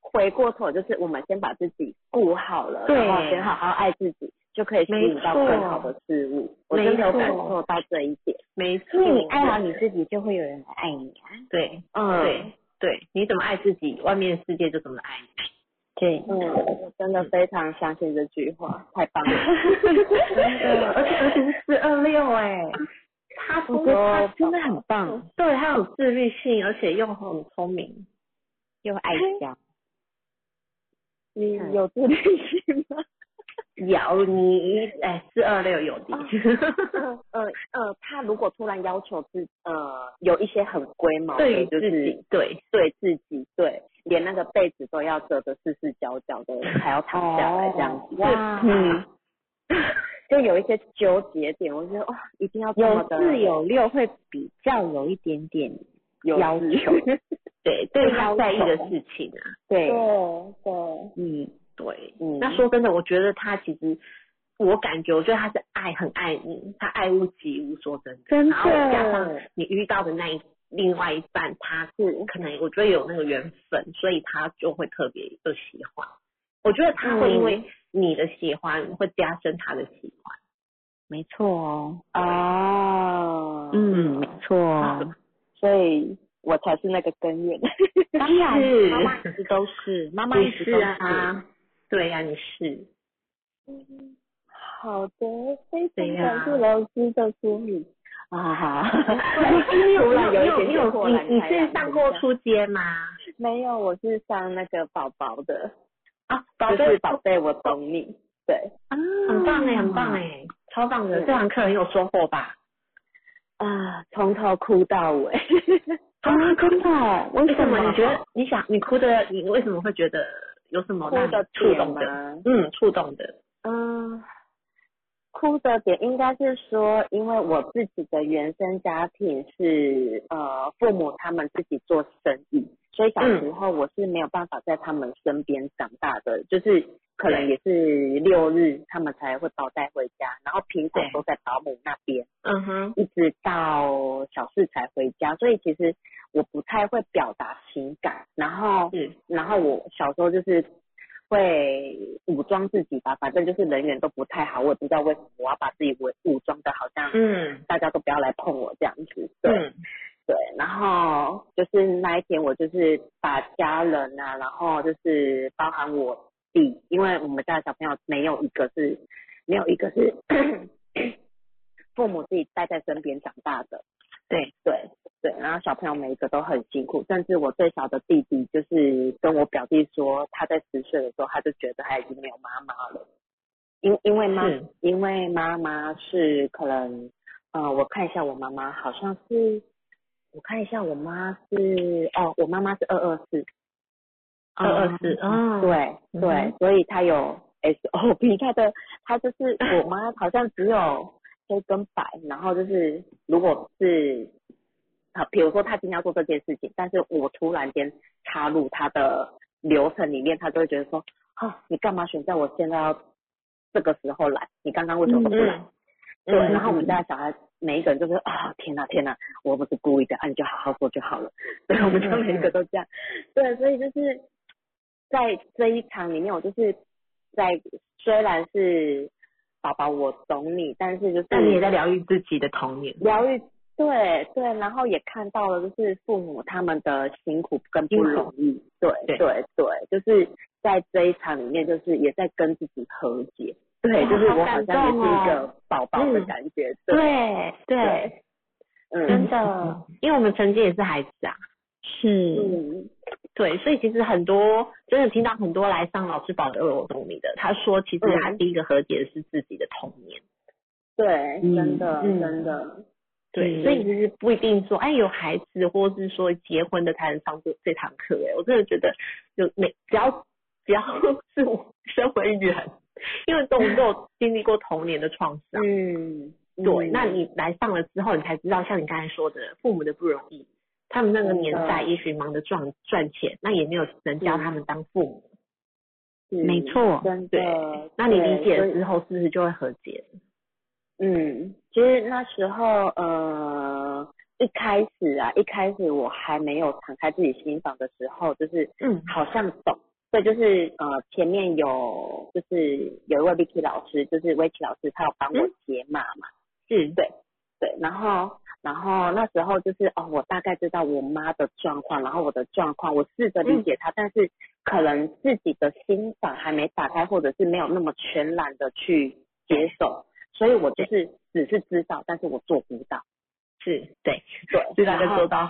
回过头，就是我们先把自己顾好了，对然后先好好爱自己，就可以吸引到没错更好的事物。我真的有感受到这一点。没错，因为你爱好你自己，就会有人来爱你啊。对嗯，对对，你怎么爱自己，外面的世界就怎么爱你。对，嗯，我真的非常相信这句话，太棒 了。而且而且是四二六哎，他不是他真的很棒，对他有自律性，而且又很聪明。嗯又爱家。你有自律性吗？咬你，哎，四二六有理。呃呃呃，他如果突然要求自呃有一些很龟毛的， 对于就自是己，对，对自己，对，连那个被子都要折得四四角角的，还要躺下来这样子，哇，嗯， 就有一些纠结点，我觉得哇，一定要这么有的四有六会比较有一点点有要自求，对，对于他要在意的求事情啊，对，对嗯，对。嗯，那说真的，我觉得他其实，我感觉，我觉得他是爱，很爱你，他爱屋及乌。说真的，真然后加上的，你遇到的那一另外一半，他是可能我觉得有那个缘分，所以他就会特别的喜欢。我觉得他会因为你的喜欢，会加深他的喜欢。没错哦，哦，嗯，没错哦，啊所以我才是那个根源， 当然是，妈妈一直都是，妈妈一你直是都是，啊，对呀、你是。好的，非对常感呀谢老师的说明。啊哈，你突有然有你有你一点有点豁你然你开朗是上过初阶吗？没有，我是上那个宝宝的，啊，就宝是啊贝，宝贝，我懂你，对，欸很棒哎，很棒哎，超棒的！这堂课很有收获吧？啊，从头哭到 尾，啊，真的，为哦为什什么么你觉得你想你哭的，你为什么会觉得有什么哭让你的触点动的？吗？嗯，触动的。嗯，哭的点应该是说，因为我自己的原生家庭是呃父母他们自己做生意，所以小嗯时候我是没有办法在他们身边长大的，就是可能也是六日他们才会包带回家，然后苹果对都在保姆那边。嗯哼，一直到小四才回家，所以其实我不太会表达情感，然后是然后我小时候就是会武装自己吧，反正就是人缘都不太好，我也不知道为什么我要把自己武武装的好像嗯大家都不要来碰我这样子，对、嗯对，然后就是那一天我就是把家人啊，然后就是包含我弟，因为我们家的小朋友没有一个是没有一个是父母自己带在身边长大的，对对对，然后小朋友每一个都很辛苦，甚至我最小的弟弟就是跟我表弟说，他在十岁的时候他就觉得他已经没有妈妈了，因因为妈是因为妈妈是可能，呃，我看一下我妈妈好像是，我看一下我妈是哦，我妈妈是二二四，二二四啊，对嗯对，所以她有 SOP，她的她就是 我妈好像只有黑跟白，然后就是如果是好，比如说她今天要做这件事情，但是我突然间插入她的流程里面，她就会觉得说，啊，你干嘛选在我现在要这个时候来？你刚刚为什么不来？嗯对，然后我们家的小孩每一个人就是啊、天哪天哪，我不是故意的，啊你就好好做就好了。 对，我们家每一个都这样。对，所以就是在这一场里面，我就是在虽然是宝宝我懂你，但是就是但你也在疗愈自己的童年，疗愈，对对，然后也看到了就是父母他们的辛苦跟不容易，对对对对，就是在这一场里面，就是也在跟自己和解，对，就是好我好感像也是一动哦个宝宝的嗯感觉，对对对，对，嗯，真的因为我们曾经也是孩子啊，是，嗯对，所以其实很多真的听到很多来上老师保佑我懂你的，他说其实他嗯第一个和解的是自己的童年，对，真的嗯真的，对，嗯所以其实不一定说，哎，有孩子或是说结婚的才能上这这堂课。哎，我真的觉得有每只要只要 是我身为人，因为都我们都有经历过童年的创伤。嗯，对，嗯那你来上了之后，你才知道，像你刚才说的，父母的不容易，他们那个年代真也许忙着赚赚钱，那也没有人教他们当父母。是没错真对的，那你对理解所以了之后，是不是就会和解？嗯，其实那时候，呃，一开始啊，一开始我还没有敞开自己心房的时候，就是嗯好像懂，对，就是呃，前面有就是有一位 Vicky 老师，就是威奇老师，他有帮我嗯解码嘛，是对对，然后然后那时候就是哦，我大概知道我妈的状况，然后我的状况，我试着嗯理解她，但是可能自己的心房还没打开，或者是没有那么全然的去接受，所以我就是只是知道，但是我做不到。是，对，对，知道然跟后做到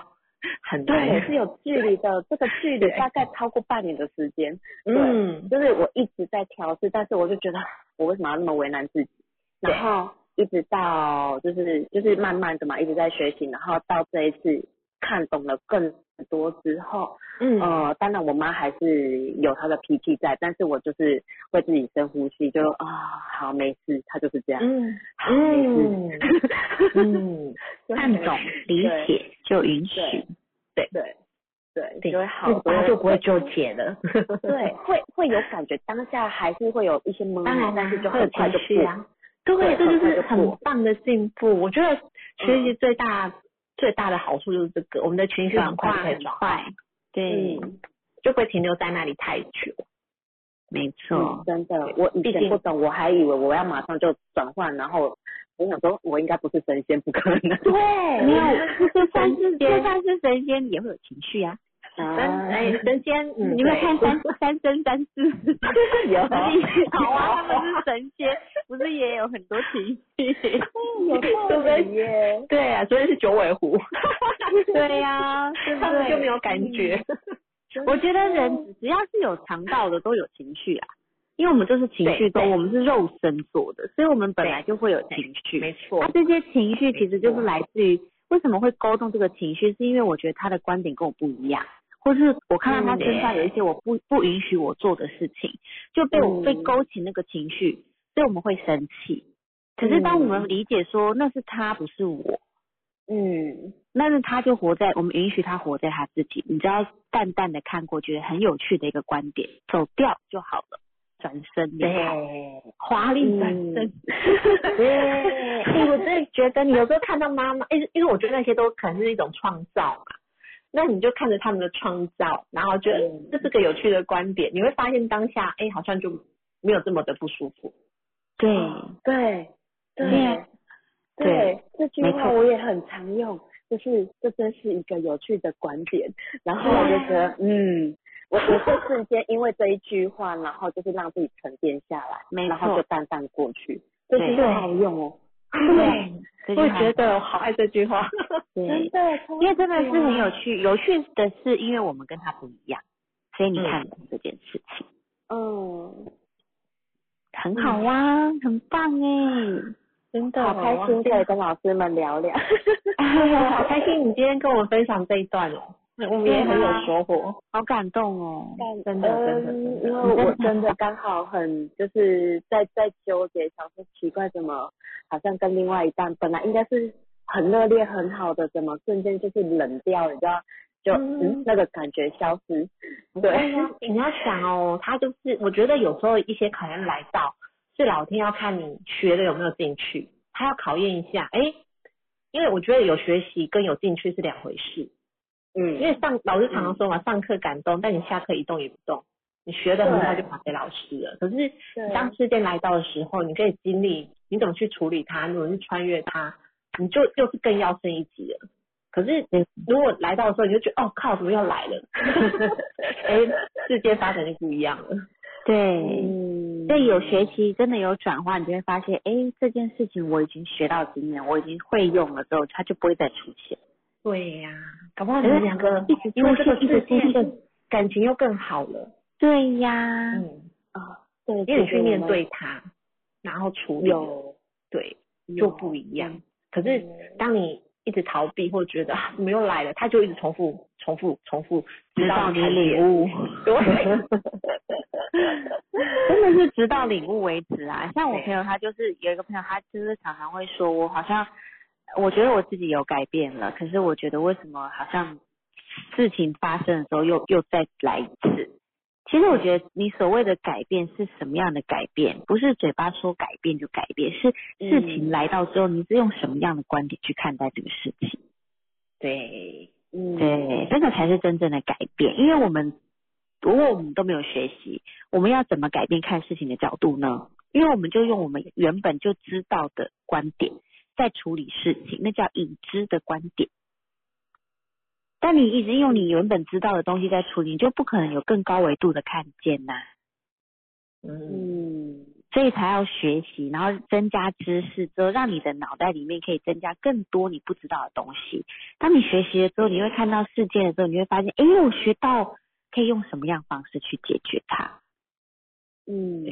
很难对，是有距离的，这个距离大概超过半年的时间。对嗯，就是我一直在调试，但是我就觉得我为什么要那么为难自己？对然后一直到就是就是慢慢的嘛，一直在学习，然后到这一次看懂了更多之后，嗯呃，当然我妈还是有她的脾气在，但是我就是会自己深呼吸，就啊、好没事，她就是这样，嗯好没事，嗯嗯，看懂、理解就允许，对对对，就会好嗯多，他就不会纠结了。对， 会会有感觉，当下还是会有一些懵，当然啦但是就会有很快就情绪过啊对，对这就是很快就很过棒的进步。我觉得学习最大、最大的好处就是这个，我们的情绪很快就可以很转化，快，对，嗯，就不会停留在那里太久。没嗯错，，真的，我以毕前竟不懂，我还以为我要马上就转换，然后我想说，我应该不是神仙，不可能。对没有，就算是神仙就算是神仙也会有情绪啊。神哎神仙，嗯你们对看三三生三世， 有好啊，他们是神仙，不是也有很多情绪？道理耶，对啊，所以是九尾狐，对呀、对不他们就没对？有感觉。我觉得人只要是有肠道的都有情绪啊，因为我们就是情绪对动对物，我们是肉身做的，所以我们本来就会有情绪。错那这些情绪其实就是来自于为什么会勾动这个情绪，是因为我觉得他的观点跟我不一样，或是我看到他身上有一些我不不允许我做的事情，就被我嗯被勾起那个情绪，所以我们会生气。可是当我们理解说那是他不是我，嗯，那是他就活在我们允许他活在他自己，你只要淡淡的看过，觉得很有趣的一个观点，走掉就好了，转身嗯离开，华丽转身。嗯对，哎我真的觉得你有时候看到妈妈，因为因为我觉得那些都可能是一种创造嘛，那你就看着他们的创造，然后觉得嗯这是个有趣的观点，你会发现当下，哎，好像就没有这么的不舒服。啊对，对对对对对，这句没话错我也很常用，就是这真是一个有趣的观点，然后我就觉得，嗯。我我这瞬间因为这一句话，然后就是让自己沉淀下来，没然后就错，淡淡过去，这句对话好用哦。对，这我句也话觉得我好爱这句话。对真。的，超因为真的是很有趣，有趣的是因为我们跟他不一样，所以你看懂这件事情，嗯，很好啊，很棒嗯真的嗯好开心可以跟老师们聊聊。哎， 好开心你今天跟我们分享这一段哦，啊我们也很有收获。哎，好感动哦。真的真的真嗯的因为我真的刚好很就是在在纠结，想说奇怪怎么好像跟另外一半本来应该是很热烈很好的，怎么瞬间就是冷掉，你知道？就嗯嗯那个感觉消失。对，啊你要想哦，他就是我觉得有时候一些考验来到，是老天要看你学的有没有进去，他要考验一下。哎，因为我觉得有学习跟有进去是两回事，因嗯，为上老师常常说嘛，上课感动，但你下课一动也不动，你学的很快就还给老师了。可是对当事件来到的时候，你可以经历，你怎么去处理它，你怎么去穿越它，你就又是更要升一级了。可是如果来到的时候，你就觉得哦靠，怎么又来了？ 哎、 世界发展就不一样了。对，嗯，所以有学习真的有转化，你就会发现，哎，这件事情我已经学到经验，我已经会用了之后，它就不会再出现。哎对呀、搞不好你们两个一直因为这个一直事出件现的感情又更好了。对呀，嗯，啊，对，因为你其实去我面们对它，然后处理了，有对，有就啊不一嗯样。可是当你一直逃避或觉得啊怎么又来了，它就一直重复、重复、重复，直到你看领见。悟， 对，真的是直到领悟为止啊。像我朋友，他就是有一个朋友，他就是常常会说，我好像我觉得我自己有改变了，可是我觉得为什么好像事情发生的时候又又再来一次？其实我觉得你所谓的改变是什么样的改变？不是嘴巴说改变就改变，是事情来到之后，你是用什么样的观点去看待这个事情？对，嗯，对，这个才是真正的改变，因为我们如果我们都没有学习，我们要怎么改变看事情的角度呢？因为我们就用我们原本就知道的观点在处理事情，那叫已知的观点。但你一直用你原本知道的东西在处理，你就不可能有更高维度的看见呐、嗯，嗯，所以才要学习，然后增加知识之后，让你的脑袋里面可以增加更多你不知道的东西。当你学习了之后，你会看到世界的时候，你会发现，诶，我学到可以用什么样方式去解决它。嗯，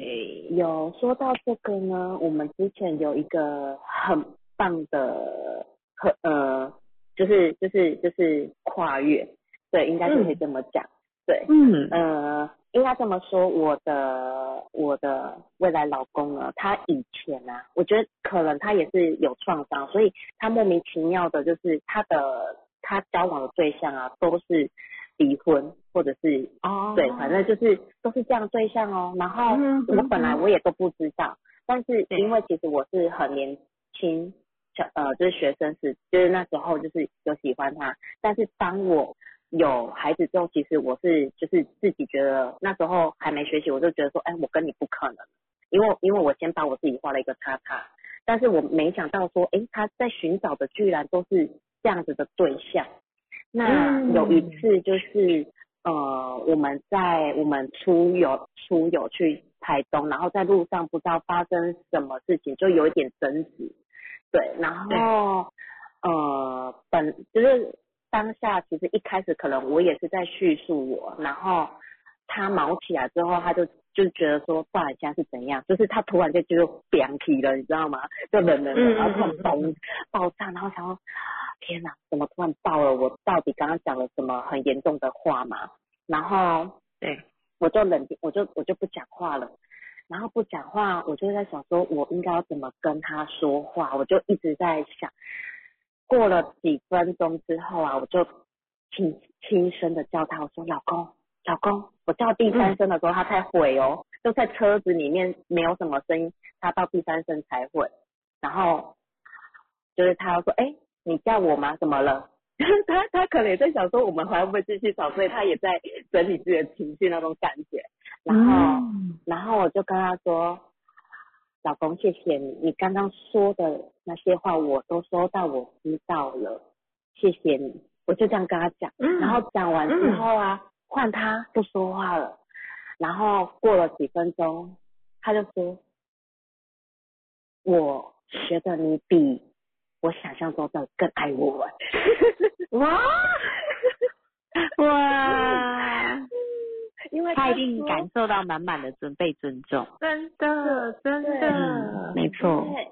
有说到这个呢，我们之前有一个很棒的，很呃，就是就是就是跨越，对，应该是可以这么讲，对，嗯呃，应该这么说，我的我的未来老公呢，他以前啊，我觉得可能他也是有创伤，所以他莫名其妙的，就是他的他交往的对象啊，都是离婚或者是哦对，反正就是都是这样对象哦。然后嗯我本来我也都不知道，但是因为其实我是很年轻，小呃就是学生时，就是那时候就是有喜欢他，但是当我有孩子之后，其实我是就是自己觉得那时候还没学习，我就觉得说，哎，我跟你不可能，因为因为我先把我自己画了一个叉叉，但是我没想到说，哎，他在寻找的居然都是这样子的对象。那嗯有一次就是呃，我们在我们出游出游去台东，然后在路上不知道发生什么事情，就有一点争执，对，然后呃，本就是当下其实一开始可能我也是在叙述我，然后他忙起来之后，他就就觉得说，不然现在是怎样？就是他突然间就是凉皮了，你知道吗？就冷冷冷，然后突然嘣爆炸，然后想说，天哪，怎么突然爆了？我到底刚刚讲了什么很严重的话吗？然后对，我就冷静，我就我就不讲话了。然后不讲话，我就在想说，我应该要怎么跟他说话？我就一直在想。过了几分钟之后啊，我就轻轻声的叫他，我说：“老公，老公。”我叫第三声的时候，他才回哦，就在车子里面没有什么声音，他到第三声才回。然后就是他说：“哎、你叫我吗？怎么了？” 他他可能也在想说我们还会不会继续吵，所以他也在整理自己的情绪那种感觉。然后、然后我就跟他说：“老公，谢谢你，你刚刚说的那些话我都收到，我知道了，谢谢你。”我就这样跟他讲，嗯然后讲完之后啊，换他不说话了，然后过了几分钟，他就说：“我觉得你比我想象中的更爱我。” 哇， 因为他一定感受到满满的准备尊重。真的真的嗯，，没错，因为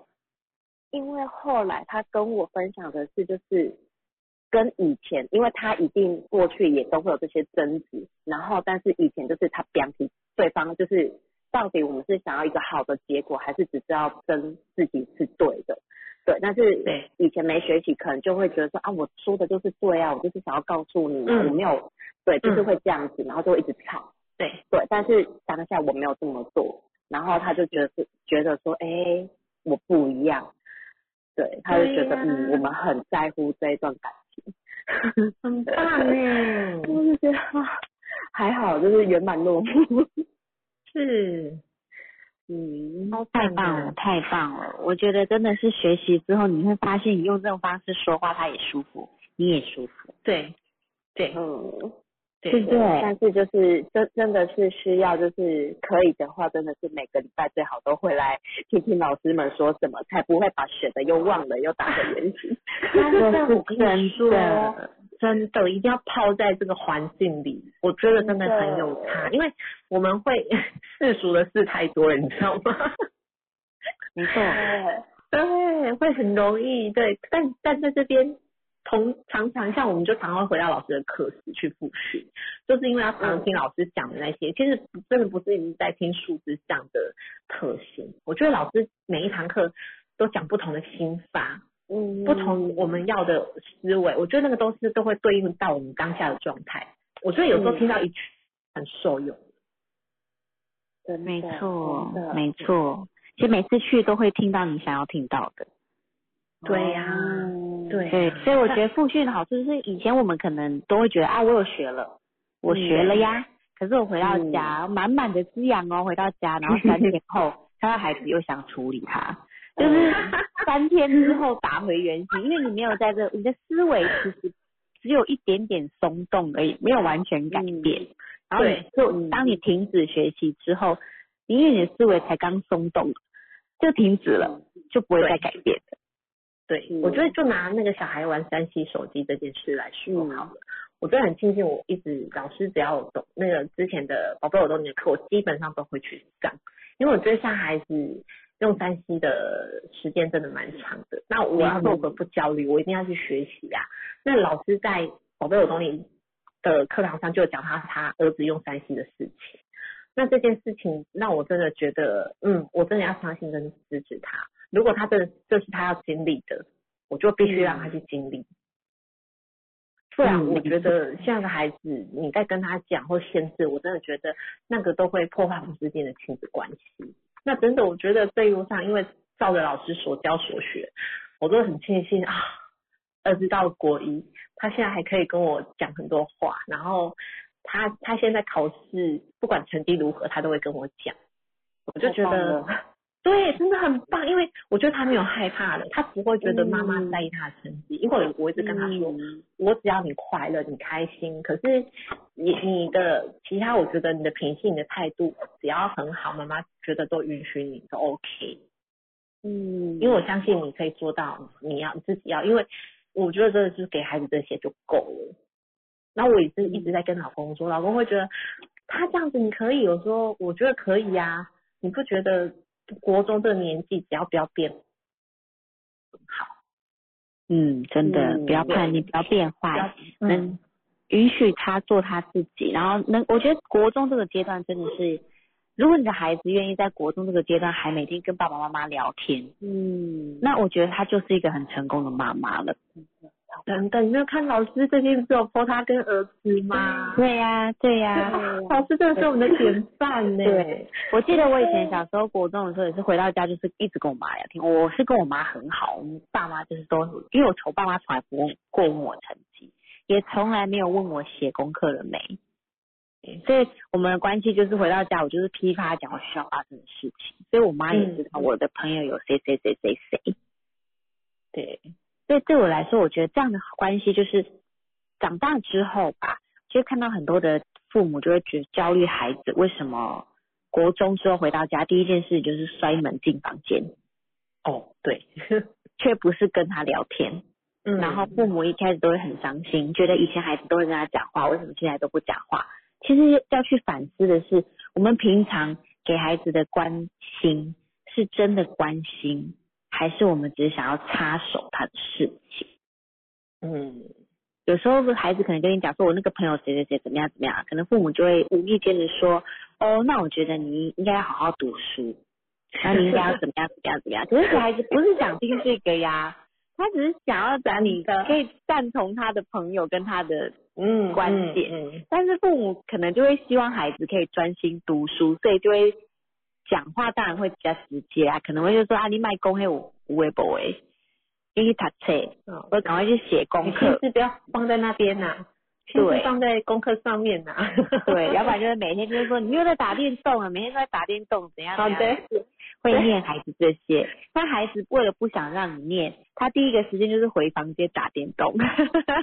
因为后来他跟我分享的是，就是跟以前，因为他一定过去也都会有这些争执，然后但是以前就是他表提对方就是到底我们是想要一个好的结果，还是只知道争自己是对的。对，但是对以前没学习，可能就会觉得说啊，我说的就是对啊，我就是想要告诉你啊，嗯我没有对，就是嗯会这样子，然后就会一直吵。对对，但是当下我没有这么做，然后他就觉得是觉得说，哎、我不一样，对，他就觉对得、呀嗯，我们很在乎这一段感情， 很棒哎， 我就觉得啊还好，就是圆满落幕， 是，哦嗯，太棒了，太棒了！我觉得真的是学习之后，你会发现你用这种方式说话，他也舒服，你也舒服，对对嗯，对对不对？但是就是真真的是需要，就是可以的话，真的是每个礼拜最好都会来听听老师们说什么，才不会把学的又忘了又打回原形。真的，我真跟的你 说，真的一定要泡在这个环境里，我觉得真的很有差，因为我们会世俗的事太多了，你知道吗？没错，对，会很容易对，但但在这边同常常像我们就常会回到老师的课时去复习，就是因为要常常听老师讲的那些，其实真的不是一直在听数字上的特性，我觉得老师每一堂课都讲不同的心法，嗯不同我们要的思维，我觉得那个都是都会对应到我们当下的状态。我觉得有时候听到一句很受用，真的没错真的，没错。其实每次去都会听到你想要听到的，对呀哦对对，所以我觉得复训的好处就是，以前我们可能都会觉得啊，我有学了，我嗯学了呀，可是我回到家满满的滋养哦，回到家，然后三天 后看到孩子又想处理他，嗯就是三天之后打回原形，因为你没有在这，你的思维其实只有一点点松动而已，没有完全改变。然后你嗯对就当你停止学习之后，因为你的思维才刚松动，就停止了，就不会再改变了。对，我觉得就拿那个小孩玩三 C 手机这件事来说好了。我真的很庆幸，我一直老师只要我懂那个之前的宝贝我懂你的课，我基本上都会去上，因为我觉得像孩子用三 C 的时间真的蛮长的。那我要做个不焦虑，我一定要去学习啊。那老师在宝贝我懂你的课堂上就讲他他儿子用三 C 的事情，那这件事情让我真的觉得，嗯，我真的要相信跟支持他。如果他真的这是他要经历的，我就必须让他去经历。不然，我觉得现在的孩子，你在跟他讲或限制，我真的觉得那个都会破坏我们之间的亲子关系。那真的，我觉得这一路上，因为照着老师所教所学，我都很庆幸啊，儿子到国一，他现在还可以跟我讲很多话，然后他他现在考试不管成绩如何，他都会跟我讲，我就觉得。对，真的很棒，因为我觉得他没有害怕了，他不会觉得妈妈在意他的成绩，因为我一直跟他说，我只要你快乐，你开心，可是你你的其他，我觉得你的品性、你的态度，只要很好，妈妈觉得都允许你都 OK。嗯，因为我相信你可以做到，你要你自己要，因为我觉得真的就是给孩子这些就够了。然后我也是一直在跟老公说，老公会觉得他这样子你可以，我说我觉得可以啊，你不觉得国中这个年纪只要不要变好，嗯，真的、嗯不要叛逆，不要变不坏要，嗯能允许他做他自己，然后能，我觉得国中这个阶段真的是，如果你的孩子愿意在国中这个阶段还每天跟爸爸妈妈聊天，嗯，那我觉得他就是一个很成功的妈妈了。等等，你没有看老师最近只有 po 他跟儿子吗？对呀、对呀、老师真的是我们的 典范呢。对 我记得我以前小时候国中的时候也是回到家就是一直跟我妈聊天，我是跟我妈很好，我们爸妈就是都，因为我从爸妈从来不问过问我成绩，也从来没有问我写功课了没，所以我们的关系就是回到家我就是噼啪讲我学校发生的事情，所以我妈也知道我的朋友有谁谁谁谁谁，对，所以对我来说，我觉得这样的关系就是长大之后吧，就看到很多的父母就会觉得焦虑孩子为什么国中之后回到家第一件事就是摔门进房间，哦对， 却不是跟他聊天。嗯然后父母一开始都会很伤心，觉得以前孩子都会跟他讲话，为什么现在都不讲话？其实要去反思的是，我们平常给孩子的关心是真的关心，还是我们只是想要插手他的事情？嗯有时候孩子可能跟你讲说，我那个朋友谁谁谁怎么样怎么样，可能父母就会无意间的说，哦，那我觉得你应该要好好读书，然后你应该要怎么样怎么样怎么样。可是小孩子不是哦想听这个呀，他只是想要讲你可以赞同他的朋友跟他的，嗯，关键嗯嗯但是父母可能就会希望孩子可以专心读书，所以就会讲话当然会比较直接啊，可能会就说啊，你卖公黑我微博诶，你去读册，哦我赶快去写功你课心。思不要放在那边呐、心对思放在功课上面啊呐、 对，要不然就是每天就是说你又在打电动了，每天都在打电动，怎样好怎样，的，会念孩子这些。那孩子为了不想让你念，他第一个时间就是回房间打电动，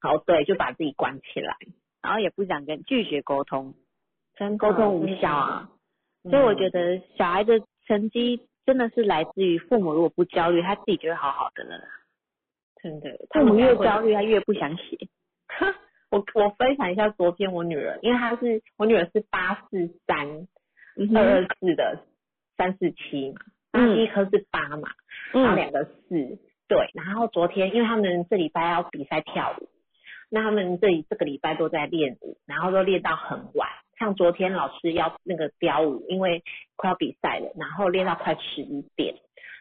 好对，就把自己关起来，然后也不想跟拒绝沟通，真的沟通无效啊。。真的所以我觉得小孩的成绩真的是来自于父母如果不焦虑，他自己就会好好的了啦。真的，父母越才会焦虑，他越不想写。我我分享一下昨天我女儿，因为她是我女儿是八四三嗯二哼二四的三四七嘛，嗯那第一颗是八嘛，然后嗯两个四，对，然后昨天因为他们这礼拜要比赛跳舞，那他们这里这个礼拜都在练舞，然后都练到很晚，像昨天老师要那个雕舞，因为快要比赛了，然后练到快十一点，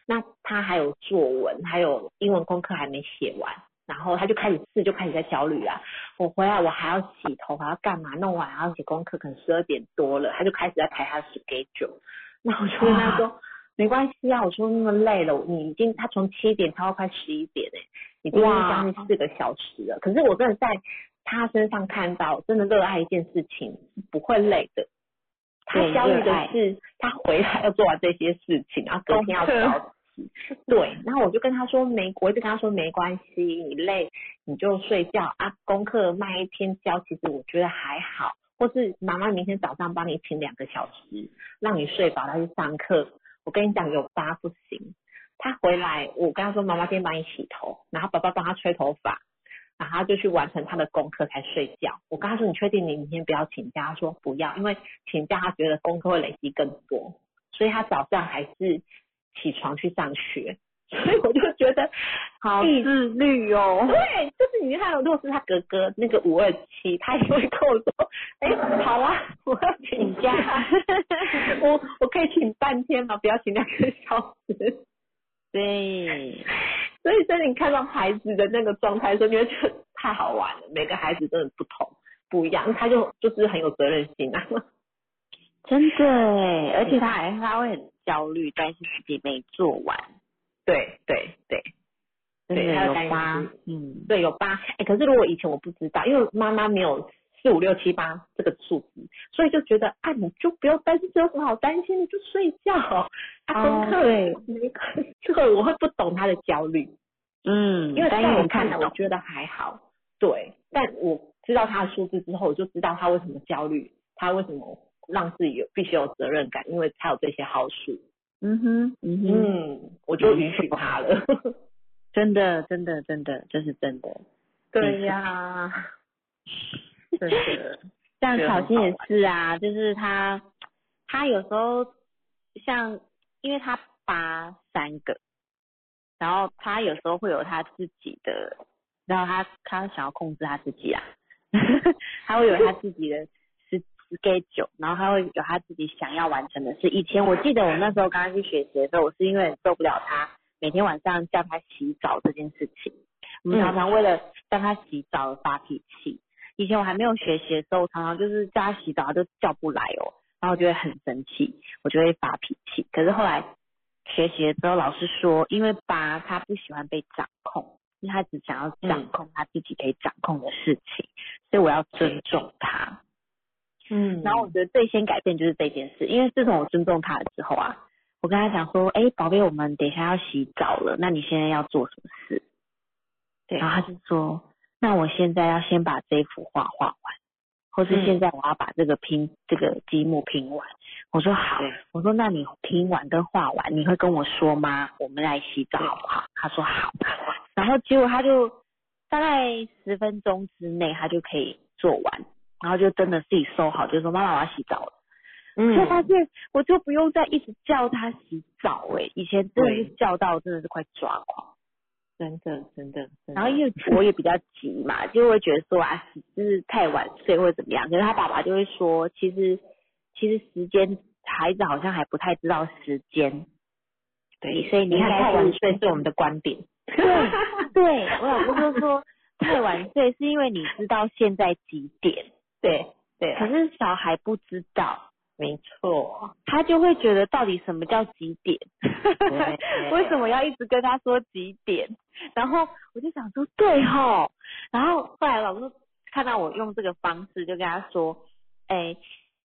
那他还有作文，还有英文功课还没写完。然后他就开始试，就开始在焦虑啊。我回来我还要洗头，还要干嘛？弄完还要写功课，可能十二点多了，他就开始在排他的 schedule。那我就跟他说，没关系啊，我说那么累了，你已经他从七点超到快十一点哎、已经哇将近四个小时了。可是我真的在他身上看到，真的热爱一件事情是不会累的。他对焦虑热的爱是他回来要做完这些事情，然后隔天要早起。对，然后我就跟他说没，我一直跟他说没关系，你累你就睡觉啊，功课慢一天交，其实我觉得还好。或是妈妈明天早上帮你请两个小时，让你睡饱，她去上课。我跟你讲，有八不行。她回来，我跟她说，妈妈今天帮你洗头，然后爸爸帮她吹头发，然后她就去完成她的功课才睡觉。我跟她说，你确定你明天不要请假？她说不要，因为请假她觉得功课会累积更多，所以她早上还是起床去上学。 所以我就觉得好自律哦。对，就是你看，如果是他哥哥那个五二七，他也会跟我说，哎、好啊， 我要请 假，我我可以请半天嘛，不要请两个小时。对， 所以，当你看到孩子的那个状态的时候，你会觉得太好玩了。每个孩子真的不同不一样，他就就是很有责任心啊。真的哎，而 且他还他会很焦虑，担心自己没做完。对对对真对的他的有担心八是，嗯，对，有八。哎、可是如果以前我不知道，因为妈妈没有四五六七八这个数字，所以就觉得啊，你就不要担心，这有什么好担心的？就睡觉，啊，哦功课对没关系。这个我会不懂他的焦虑，嗯，因为但在我我看来，看得我懂，觉得还好。对，但我知道他的数字之后，我就知道他为什么焦虑，他为什么让自己有必须有责任感，因为他有这些好数。嗯哼，嗯哼，嗯，我就允许他了。真的，真的，真的，这是真的。对呀、真的。像觉得小很新好也是啊，就是他，他有时候像，因为他八三个，然后他有时候会有他自己的，然后他他想要控制他自己啊， 他会有他自己的 s schedule，然后他会有他自己想要完成的事。以前我记得我那时候刚刚去学习的时候，我是因为很受不了他每天晚上叫他洗澡这件事情，嗯我们常常为了让他洗澡而发脾气。以前我还没有学习的时候，我常常就是叫他洗澡，他就叫不来哦，然后我就会很生气，我就会发脾气。可是后来学习了之后，老师说，因为八他不喜欢被掌控，因为他只想要嗯掌控他自己可以掌控的事情，所以我要尊重他。嗯然后我觉得最先改变就是这件事，因为自从我尊重他了之后啊，我跟他讲说，哎，宝贝，我们等一下要洗澡了，那你现在要做什么事？对然后他就说，那我现在要先把这幅画画完，或是嗯现在我要把这个拼、这个积木拼完。我说好对，我说那你拼完跟画完，你会跟我说吗？我们来洗澡好不好？他说好。然后结果他就大概十分钟之内，他就可以做完，然后就真的自己收好，就说妈妈我要洗澡了。就发嗯，现我就不用再一直叫他洗澡哎、以前真的是对叫到我真的是快抓狂。真的真的，真的然后因为我也比较急嘛，就会觉得说啊，就是太晚睡或者怎么样。可是他爸爸就会说，其实其实时间孩子好像还不太知道时间，对，所以你你看应该太晚是睡是我们的观点，对我老公就说太晚睡是因为你知道现在几点，对对啊可，是小孩不知道，没错，他就会觉得到底什么叫几点？对 为什么要一直跟他说几点？然后我就想说，对吼。然后后来老师看到我用这个方式，就跟他说，哎，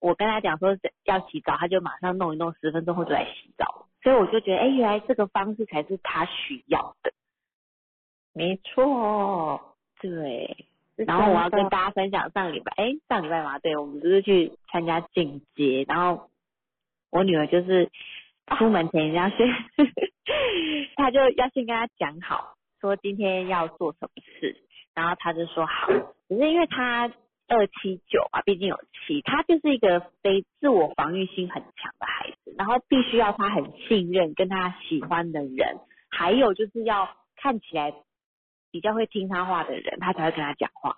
我跟他讲说要洗澡，他就马上弄一弄，十分钟后就来洗澡。所以我就觉得，哎，原来这个方式才是他需要的。没错。对。然后我要跟大家分享上礼拜，哎，上礼拜嘛，对我们就是去参加进阶，然后我女儿就是出门前一定要先， 她就要先跟她讲好，说今天要做什么事，然后她就说好，只是因为她二七九嘛，毕竟有七，她就是一个非自我防御心很强的孩子，然后必须要她很信任跟她喜欢的人，还有就是要看起来比较会听她话的人，她才会跟她讲话。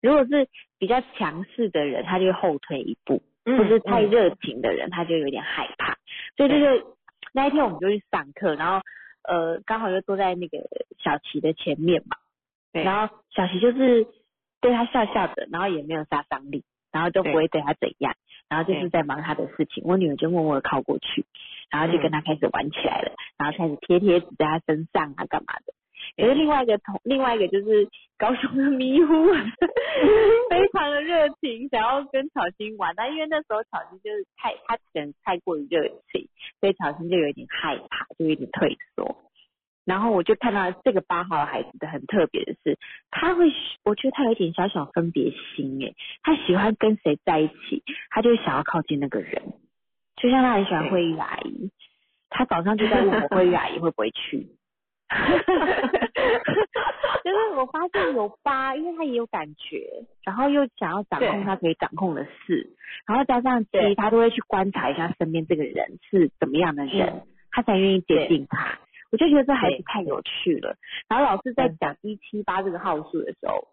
如果是比较强势的人，他就会后退一步。嗯 或是太热情的人，他就有点害怕。所以这就那一天我们就去上课，然后呃刚好就坐在那个小琪的前面嘛，对然后小琪就是对他笑笑的，然后也没有杀伤力，然后都不对会对他怎样，然后就是对在忙他的事情。我女儿就默默的靠过去，然后就嗯跟他开始玩起来了，然后开始贴贴纸在他身上啊干嘛的。可是另外一个同另外一个就是高雄的迷糊，啊非常的热情，想要跟巧心玩。但因为那时候巧心就是太他可能太过于热情，所以巧心就有点害怕，就有点退缩。然后我就看到这个八号的孩子的很特别的是，他会，我觉得他有一点小小分别心诶，他喜欢跟谁在一起，他就想要靠近那个人。就像他很喜欢慧玉阿姨，他早上就在问我慧玉阿姨会不会去。就是我发现有八，因为他也有感觉，然后又想要掌控对他可以掌控的事，然后加上七对，他都会去观察一下身边这个人是怎么样的人，他才愿意接近他。我就觉得这孩子太有趣了。然后老师在讲一七八这个号数的时候，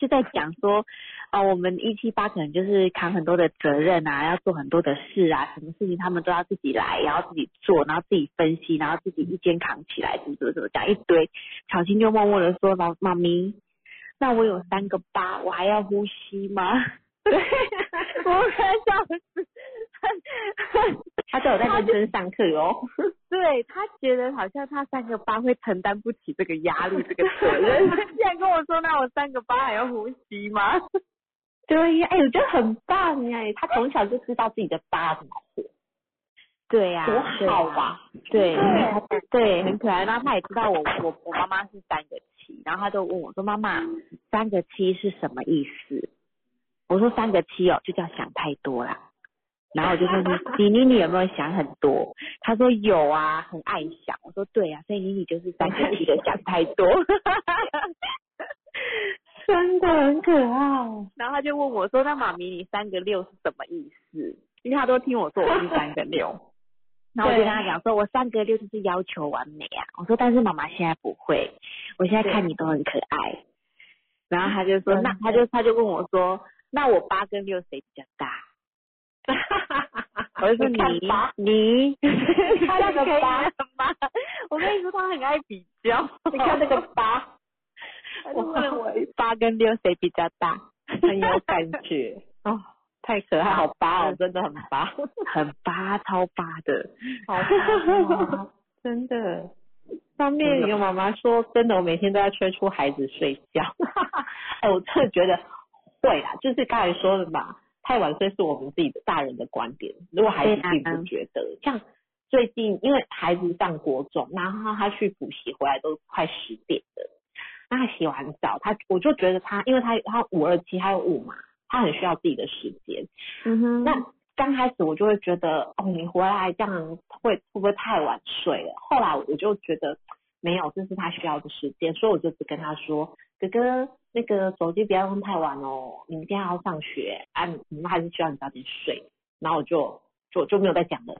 就在讲说，啊、我们一七八可能就是扛很多的责任啊，要做很多的事啊，什么事情他们都要自己来，然后自己做，然后自己分析，然后自己一肩扛起来，怎么怎么怎么讲一堆。小新就默默的说：“老妈咪，那我有三个八，我还要呼吸吗？” 我快笑死。他都有在认真上课哦。对他觉得好像他三个八会承担不起这个压力、这个责 任，竟然跟我说，那我三个八还要呼吸吗？对呀，哎、我觉得很棒哎，他从小就知道自己的八怎么对呀、多好啊！对啊对对，很可爱。然后他也知道我我我妈妈是三个七，然后他就问我说：“妈妈，三个七是什么意思？”我说：“三个七哦，就叫想太多啦。”然后我就说：“你你你你有没有想很多？”他说：“有啊，很爱想。”我说：“对啊呀、所以你你就是三个七的想太多。” 真的很可爱。然后他就问我说：“那妈咪，你三个六是什么意思？”因为他都听我说我是三个六， 然后我就跟他讲说：“我三个六就是要求完美啊。”我说：“但是妈妈现在不会，我现在看你都很可爱。”然后他就说：“那他就他就问我说：‘那我八跟六谁比较大？’”我就说你你看八你，他那 个八八，我跟你说他很爱比较，你看那个八，他就问我八跟六谁比较大，很有感 觉哦，太可爱，好八哦，真的很八，很八超八的， 好八 哦真的。上面有个妈妈说，真的，我每天都要催促孩子睡觉。 哎、我真的觉得会啦，就是刚才说的嘛，太晚睡是我们自己的大人的观点，如果孩子对啊并不觉得，像最近因为孩子上国中，然后他去补习回来都快十点了，那他洗完澡，他我就觉得他，因为他他五二七还有五嘛，他很需要自己的时间，嗯哼那刚开始我就会觉得，哦，你回来这样会会不会太晚睡了？后来我就觉得没有，这是他需要的时间，所以我就只跟他说，哥哥，那个手机不要用太晚哦，你明天还要上学，啊，你们还是希望你早点睡。然后我就就就没有再讲了，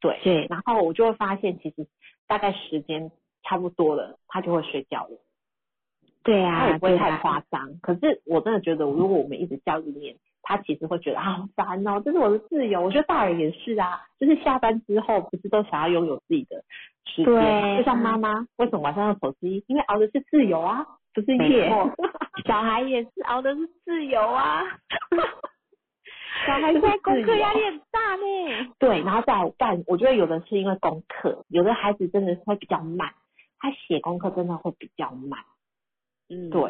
对，对然后我就会发现，其实大概时间差不多了，他就会睡觉了。对他啊，也不会对太啊夸张。可是我真的觉得，如果我们一直教育念，他其实会觉得啊好烦哦，这是我的自由。我觉得大人也是啊，就是下班之后不是都想要拥有自己的时间吗？对嗯就像妈妈为什么晚上用手机？因为熬的是自由啊，不是夜没。 小孩也是熬的是自由 啊，小孩现在功课压力很大呢。对，然后再来但我觉得有的是因为功课，有的孩子真的是会比较慢，他写功课真的会比较慢。嗯，对，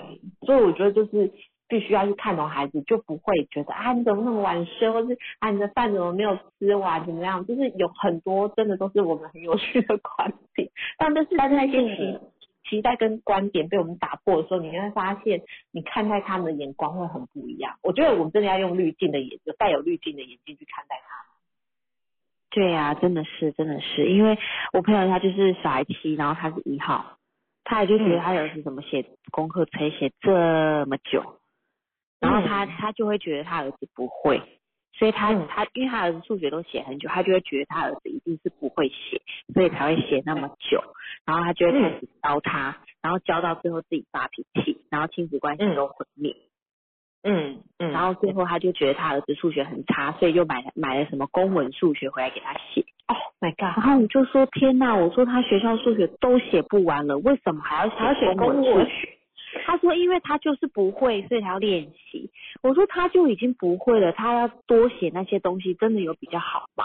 所以我觉得就是必须要去看懂孩子，就不会觉得啊你怎么那么晚睡，或是啊你的饭怎么没有吃完，怎么样？就是有很多真的都是我们很有趣的观点，但就是但是那些期期待跟观点被我们打破的时候，你会发现你看待他们的眼光会很不一样。我觉得我们真的要用滤镜的眼，带有滤镜的眼睛去看待他。对啊，真的是真的是，因为我朋友他就是小孩七，然后他是一号，他也就嗯觉得他有时怎么写功课可以写这么久，然后他他就会觉得他儿子不会。所以他、嗯他因为他儿子数学都写很久，他就会觉得他儿子一定是不会写，所以才会写那么久，然后他就会开嗯始教他，然后教到最后自己发脾气，然后亲子关系都毁灭， 嗯嗯然后最后他就觉得他儿子数学很差，所以就买买了什么公文数学回来给他写，哦，Oh ，My God，然后我就说天呐，我说他学校数学都写不完了，为什么还要还要写公公数文学？他说因为他就是不会，所以他要练习。我说他就已经不会了，他要多写那些东西，真的有比较好吗？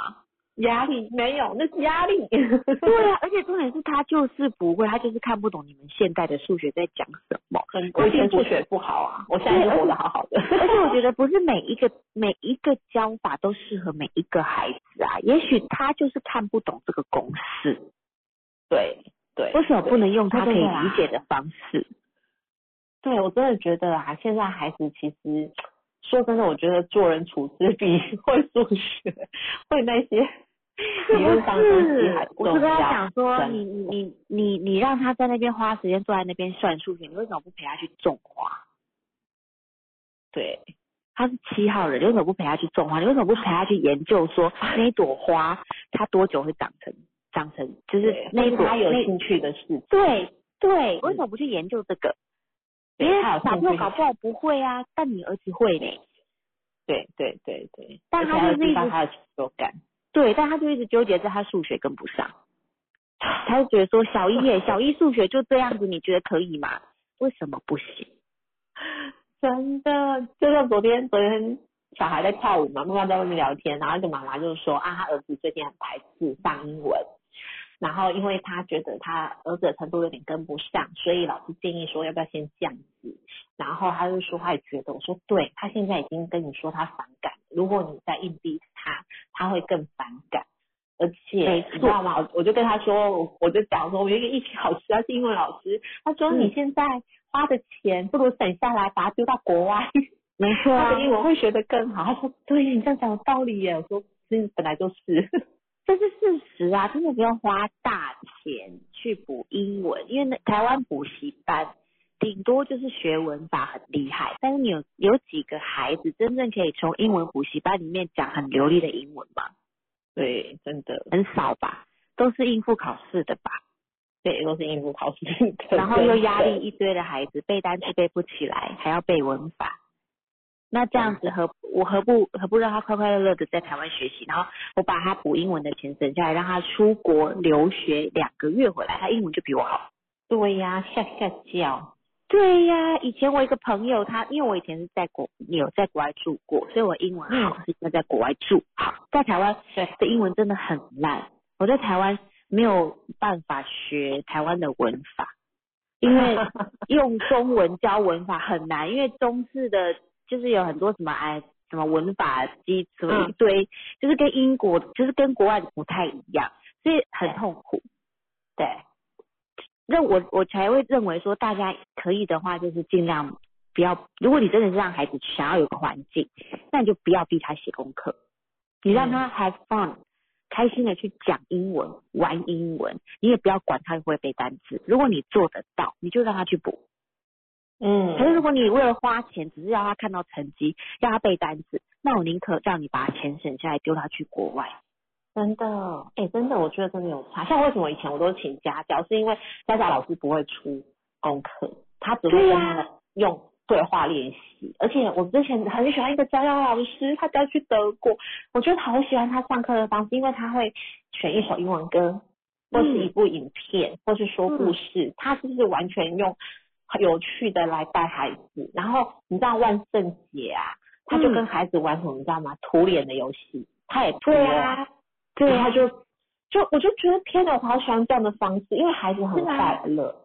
压力没有，那是压力。对啊，而且重点是他就是不会，他就是看不懂你们现在的数学在讲什么。我以前数学不好啊，我现在就活得好好的。 而且我觉得不是每一个每一个教法都适合每一个孩子啊，也许他就是看不懂这个公式。对，对，为什么不能用他可以对对对啊理解的方式？对我真的觉得啊，现在孩子其实说真的，我觉得做人处事比会数学、 会那些是理论上的东西还我重是跟要。他讲说，真的你你你你你让他在那边花时间坐在那边算数学，你为什么不陪他去种花？对，他是七号人，你为什么不陪他去种花？你为什么不陪他去研究说那一朵花它多久会长成长成，就是对那一是朵他有那兴趣的事情，对对，为什么不去研究这个？对因为他有小兴朋友趣搞不好不会啊，但你儿子会呢。对对对对，但而且还有他就是一激直发他的成就感。对，但他就一直纠结在他数学跟 不上，他就觉得说小一耶，小一数学就这样子，你觉得可以吗？为什么不行？ 真的，就像昨天，昨天小孩在跳舞嘛，妈妈在外面聊天，然后一个妈妈就说啊，她儿子最近很排斥上英文，然后因为她觉得她儿子的程度有点跟不上，所以老师建议说要不要先降级。然后她就说她也觉得，我说对，她现在已经跟你说她反感，如果你再硬逼她，她会更反感。而没且错你知道吗？我我就跟她说，我我就讲说，我有一个艺术老师，他是英文老师，他说嗯你现在花的钱不如省下来，把它丢到国外，没错他啊的，英文会学得更好。他说对你这样讲有道理耶。我说嗯，本来 就是，这是事实啊，真的不用花大钱去补英文，因为那台湾补习班顶多就是学文法很厉害，但是你有有几个孩子真正可以从英文补习班里面讲很流利的英文吗？对，真的，很少吧，都是应付考试的吧。对，都是应付考试的，然后又压力一堆的孩子背单词背不起来，还要背文法。那这嗯样子何我何不何不让他快快乐乐的在台湾学习，然后我把他补英文的钱省下来，让他出国留学两个月回来，他英文就比我好。真的。对呀、吓吓叫。对呀、以前我一个朋友他，因为我以前是在国有在国外住过，所以我英文好是因为在国外住好，在台湾嗯对的英文真的很烂，我在台湾没有办法学台湾的文法，因为用中文教文法很难，因为中式的就是有很多什么哎什么文法基础嗯一堆，就是跟英国就是跟国外不太一样，所以很痛苦。对，那我我才会认为说，大家可以的话就是尽量不要，如果你真的是让孩子想要有个环境，那你就不要逼他写功课，你让他 have fun，、开心的去讲英文、玩英文，你也不要管他会不会背单词。如果你做得到，你就让他去补。嗯可是如果你为了花钱，只是要他看到成绩，要他背单词，那我宁可让你把钱省下来，丢他去国外。真的，哎、真的，我觉得真的有差。像为什么以前我都请家教，是因为家教老师不会出功课，他只会对跟呀他们用对话练习。而且我之前很喜欢一个家教老师，他家去德国，我觉得好喜欢他上课的方式，因为他会选一首英文歌，嗯或是一部影片，或是说故事，他就是完全用很有趣的来带孩子。然后你知道万圣节啊，他就跟孩子玩什么，你知道吗？涂脸的游戏，他也涂嗯对了啊，对然啊后，就就我就觉得天哪，我好喜欢这样的方式，因为孩子很是啊快乐。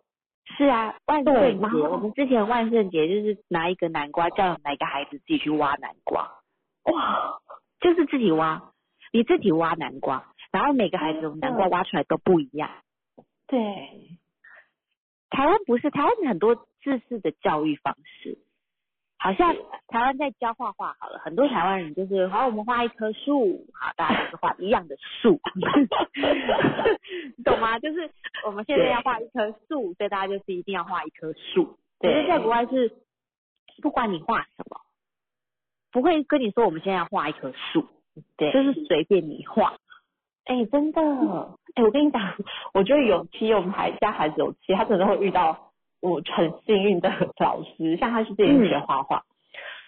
是啊，万圣对节，然后我们之前万圣节就是拿一个南瓜，叫哪个孩子自己去挖南瓜，哇，就是自己挖，你自己挖南瓜，然后每个孩子我们南瓜挖出来都不一样。对，台湾不是，台湾很多自式的教育方式，好像台湾在教画画好了，很多台湾人就是，好，我们画一棵树，好，大家就是画一样的 树， 懂吗？就是我们现在要画一棵树，所以大家就是一定要画一棵树。可对是在国外是，不管你画什么，不会跟你说我们现在要画一棵树，对就是随便你画。嗯哎、真的，哎、我跟你讲，我觉得有期我们还家孩子有期，他真的会遇到我很幸运的老师，像他是自嗯己学画画，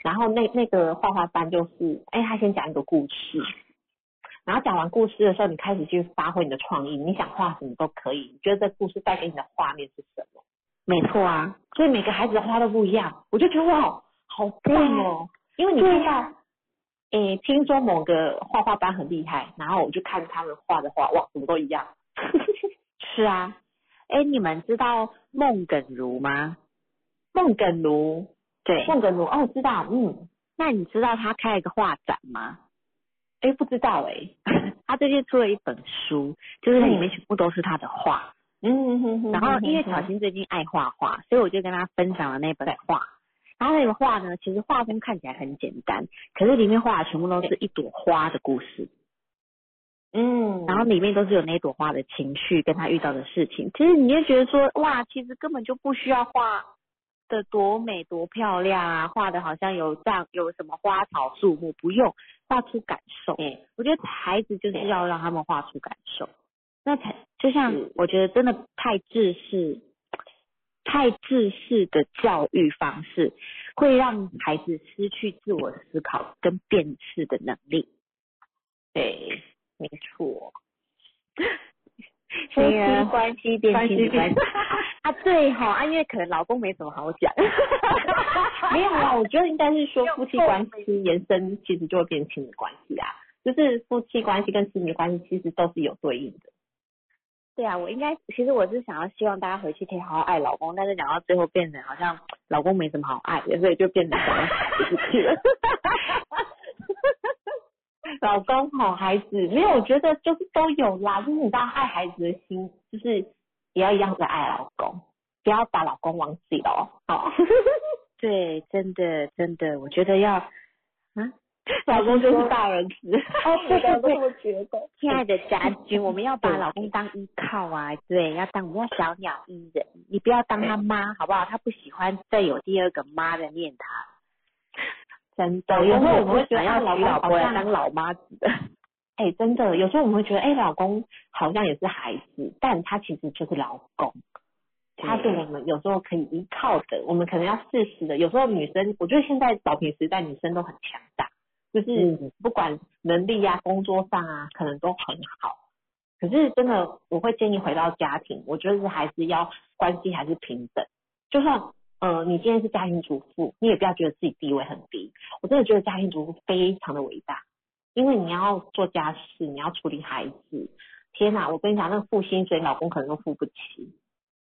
然后那那个画画班就是，哎、他先讲一个故事，然后讲完故事的时候，你开始去发挥你的创意，你想画什么都可以，你觉得这故事带给你的画面是什么？没错啊，所以每个孩子的花都不一样，我就觉得哇，好棒啊哦！因为你看到，诶、听说某个画画班很厉害，然后我就看他们画的画，哇，怎么都一样。 是啊。哎，你们知道孟耿如吗？孟耿如，对，孟耿如，哦，我知道，嗯，那你知道他开了一个画展吗？诶，不知道诶， 他最近出了一本书，就是里面全部都是他的画，嗯哼哼然后因为巧心，心最近爱画画，所以我就跟他分享了那本画。然后那个画呢，其实画风看起来很简单，可是里面画的全部都是一朵花的故事，嗯，然后里面都是有那朵花的情绪跟他遇到的事情。其实你就觉得说，哇，其实根本就不需要画的多美多漂亮啊，画的好像有这样有什么花草树木，不用画出感受。对我觉得孩子就是要让他们画出感受，那才就像是我觉得真的太制式、太制式的教育方式，会让孩子失去自我思考跟辨识的能力。对，没 错，夫对妻呀关系变关亲系子关变系 啊，对哈、啊，因为可能老公没什么好 讲，没有啊，我觉得应该是说夫妻关系延伸，其实就会变亲密关系啊，就是夫妻关系跟亲密关系其实都是有对应的，对啊，我应该其实我是想要希望大家回去可以好好爱老公，但是讲到最后变成好像老公没什么好爱的，所以就 变成想要孩子去了。 老公好孩子，没有，我觉得就是都有啦，就是你知道爱孩子的心，就是也要一样的爱老公，不要把老公忘记了哦，好， 对，真的真的，我觉得要啊， 老公就是大人子，哦对我对都这对，么觉得。亲爱的家军，我们要把老公当依靠啊，对，要当我们要小鸟依人，你不要当他妈，好不好？他不喜欢再有第二个妈的念他。真有的，时有时候候我我们们会会觉觉得得啊啊，老老公公好好像像当老妈 子的。哎、真的，有时候我们会觉得，哎、老公好像也是孩子，但他其实就是老公，他对我们有时候可以依靠的，我们可能要适时的。有时候女生，我觉得现在早平时代女生都很强大，就嗯是不管能力啊、工作上啊，可能都很好。可是真的，我会建议回到家庭，我觉得还是要关系还是平等。就算呃你今天是家庭主妇，你也不要觉得自己地位很低。我真的觉得家庭主妇非常的伟大，因为你要做家事，你要处理孩子。天哪，我跟你讲，那付薪水，老公可能都付不起。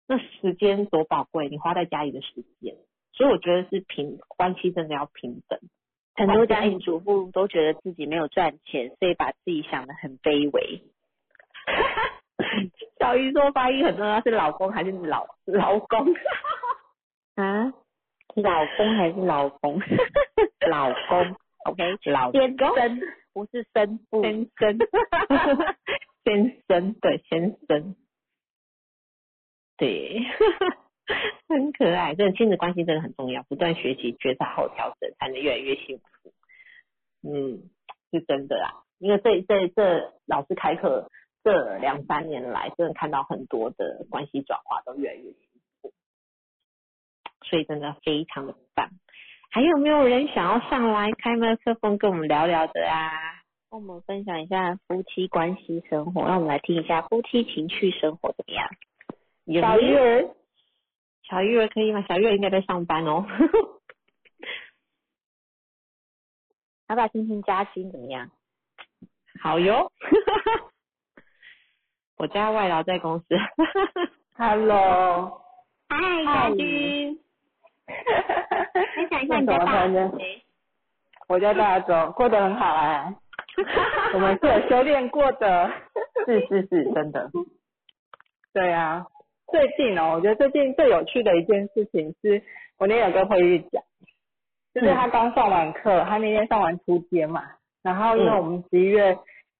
那时间多宝贵，你花在家里的时间，所以我觉得是平关系真的要平等。很多家庭主妇都觉得自己没有赚钱，所以把自己想得很卑微。 小鱼说发音很重要，是老公还是老老公？啊，老公还是老公，老公，OK，老先公不是生父，先生， 先生，对，先生，对， 很可爱。这亲子关系真的很重要，不断学习、觉察后调整，才能越来越幸福。嗯，是真的啦，因为这这这老师开课这两三年来，真的看到很多的关系转化都越来越幸福，所以真的非常的棒。还有没有人想要上来开麦克风跟我们聊聊的啊？跟我们分享一下夫妻关系生活，让我们来听一下夫妻情趣生活怎么样？有小鱼儿，小鱼儿可以吗？小鱼儿应该在上班哦。 要不要听听嘉欣怎么样？好哟，我家外劳在公司。 Hello，嗨，嘉欣，分享一下那怎你的么大办呢？哎我在大中过得很好 啊，我们是有修炼过 的。是是是，真的。对啊，最近哦，我觉得最近最有趣的一件事情是，我那天有跟慧玉讲，嗯就是她刚上完课，她那天上完初阶嘛，然后因为嗯我们十一月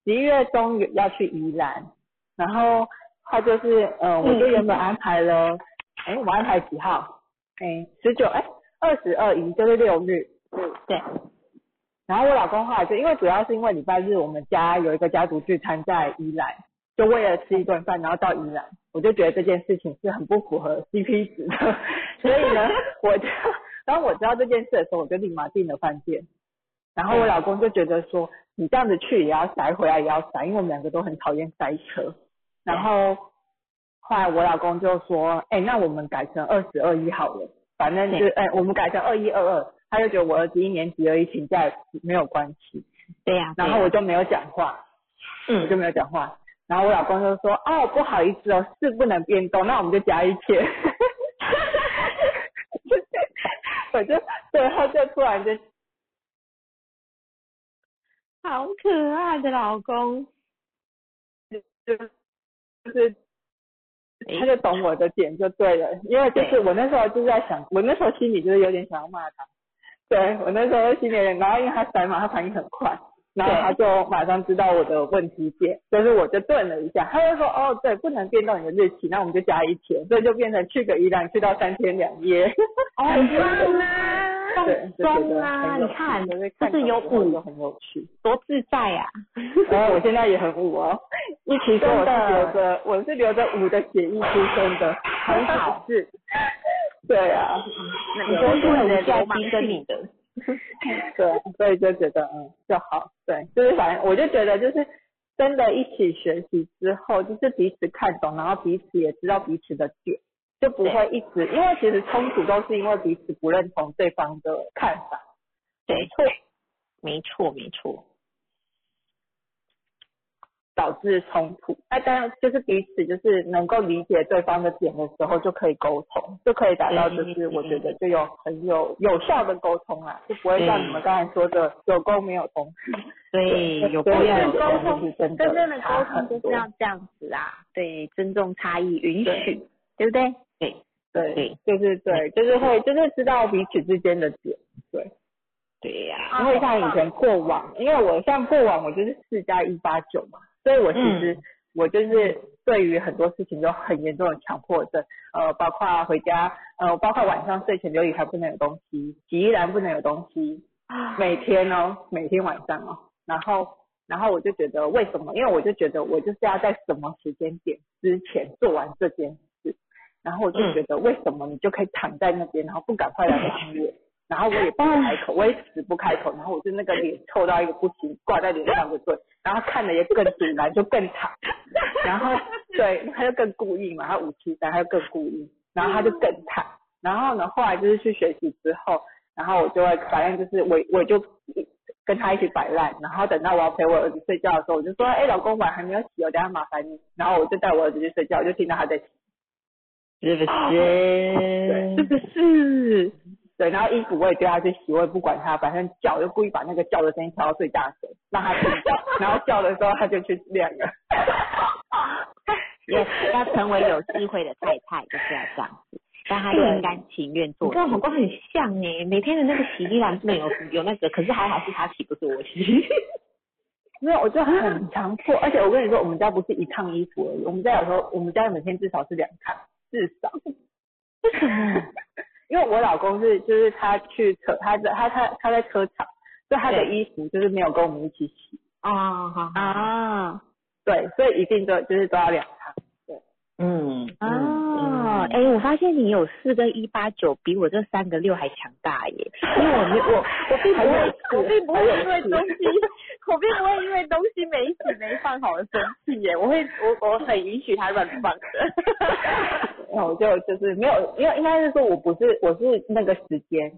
十一月中有要去宜兰，然后她就是呃，嗯我就原本安排了，哎、我安排几号？哎，十九哎，二十二一就是六日，对，然后我老公后来就因为主要是因为礼拜日我们家有一个家族聚餐在宜兰，就为了吃一顿饭，然后到宜兰，我就觉得这件事情是很不符合 CP 值的， 所以呢，我就当我知道这件事的时候，我就立马订了饭店。然后我老公就觉得说，你这样子去也要塞，回来也要塞，因为我们两个都很讨厌塞车。然后后来我老公就说，哎、那我们改成二十二一好了，反正就哎、我们改成二一二二。他就觉得我儿子一年级而已，请假也没有关系。对呀、然后我就没有讲话，我啊嗯，就没有讲话。然后我老公就说：“哦，不好意思哦，事不能变动，那我们就加一天。” 我就对，他就突然就好可爱的老公。就是他就懂我的点就对了，因为就是我那时候就在想，我那时候心里就是有点想要骂他，对我那时候心里有点，然后因为他甩马，他反应很快，然后他就马上知道我的问题点，所以我就顿了一下，他就说哦对，不能变动你的日期，那我们就加一天，所以就变成去个宜兰去到三天两夜， 哦，棒啊！对，就觉中得很啊！你有趣看，就是这看是懂有之后就舞，很有趣。多自在啊！ 然后我现在也很舞哦，一起说我是留着，我是留着舞的血液出生的，很好是。对啊，那你说你是的很价流氓值跟你的， 对，所以就觉得嗯就好，对，就是反正我就觉得就是真的一起学习之后，就是彼此看懂，然后彼此也知道彼此的点，就不会一直因为其实冲突都是因为彼此不认同对方的看法，对，没错，没错，导致冲突。那当然就是彼此就是能够理解对方的点的时候，就可以沟通，就可以达嗯到就是我觉得就有很有有效的沟通啊，就不会像你们刚才说的有沟没有通。对，有不对一对样对的沟东西通真的真正的差沟通很就是多要这样子啊，对，尊重差异，允对许，对不对？对，就是嗯对，就是会就是知道彼此之间的点。对呀、啊因为像以前过往，因为我像过往我就是四加一八九嘛，所以我其嗯实、我就是对于很多事情都很严重的强迫症，呃，包括回家，呃，包括晚上睡前留理还不能有东西，洗衣篮不能有东西，啊每天哦，每天晚上哦，然后然后我就觉得为什么？因为我就觉得我就是要在什么时间点之前做完这件事，然后我就觉得为什么你就可以躺在那边，然后不赶快来帮我？然后我也不开口，我也死不开口，然后我就那个脸臭到一个不行，挂在脸上就对，然后看的也更堵然，就更惨，然后对，他就更故意嘛，他五七三，他就更故意，然后他就更惨，然后呢，后来就是去学习之后，然后我就会反正就是我我就跟他一起摆烂，然后等到我要陪我儿子睡觉的时候，我就说，哎、老公碗还没有洗哦，等一下麻烦你，然后我就带我儿子去睡觉，我就听到他在洗。是不对是？是不是？对，然后衣服我也丢下去洗，我也不管它，反正叫就故意把那个叫的声音调到最大声，让它听到，然后叫的时候它就去晾 了。 也要成为有智慧的太太，就是要这样子，让她心甘情愿你做。跟我们光很像哎、每天的那个洗衣篮不能有有那个，可是还好是他洗，不是我洗。没有，我就啊很强迫，而且我跟你说，我们家不是一趟衣服而已，我们家有时候我们家每天至少是两趟，至少。为什么？ 因为我老公是就是他去车，他在他他他在车厂，所以他的衣服就是没有跟我们一起洗，哦啊，好，啊对，所以一定都就是都要两趟。嗯，啊！哦哎、我发现你有四跟一八九，比我这三个六还强大耶。因为我没我 我并不会，我并不会因为东西，我并不会因为东西没洗没放好而生气耶。我会我我很允许他乱放 的。那我就就是没有，因为应该是说我不是我是那个时间，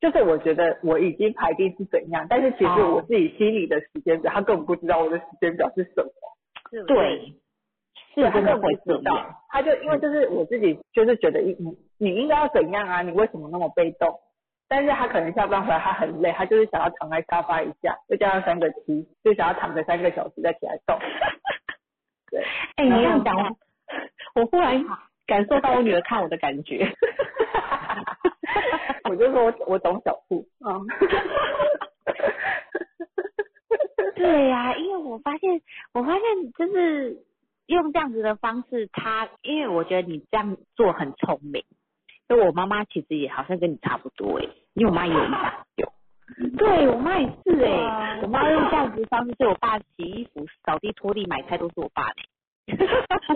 就是我觉得我已经排定是怎样，但是其哦实我自己心里的时间表，他根本不知道我的时间表是什么，对，是他真根的本会不这知样。道，他就因为就是嗯我自己就是觉得你你应该要怎样啊，你为什么那么被动？但是他可能下班回来他很累，他就是想要躺在沙发一下，再加上三个七，就想要躺个三个小时再起来动。 哎、你这样讲完，我忽然感受到我女儿看我的感 觉。我就说我我懂小兔，嗯。 对呀、因为我发现，我发现就是用这样子的方式，他因为我觉得你这样做很聪明，就我妈妈其实也好像跟你差不多哎、因为我妈也有一打九，对我妈也是哎、我妈用这样子的方式，所以我爸洗衣服、扫地、拖地、买菜都是我爸的、因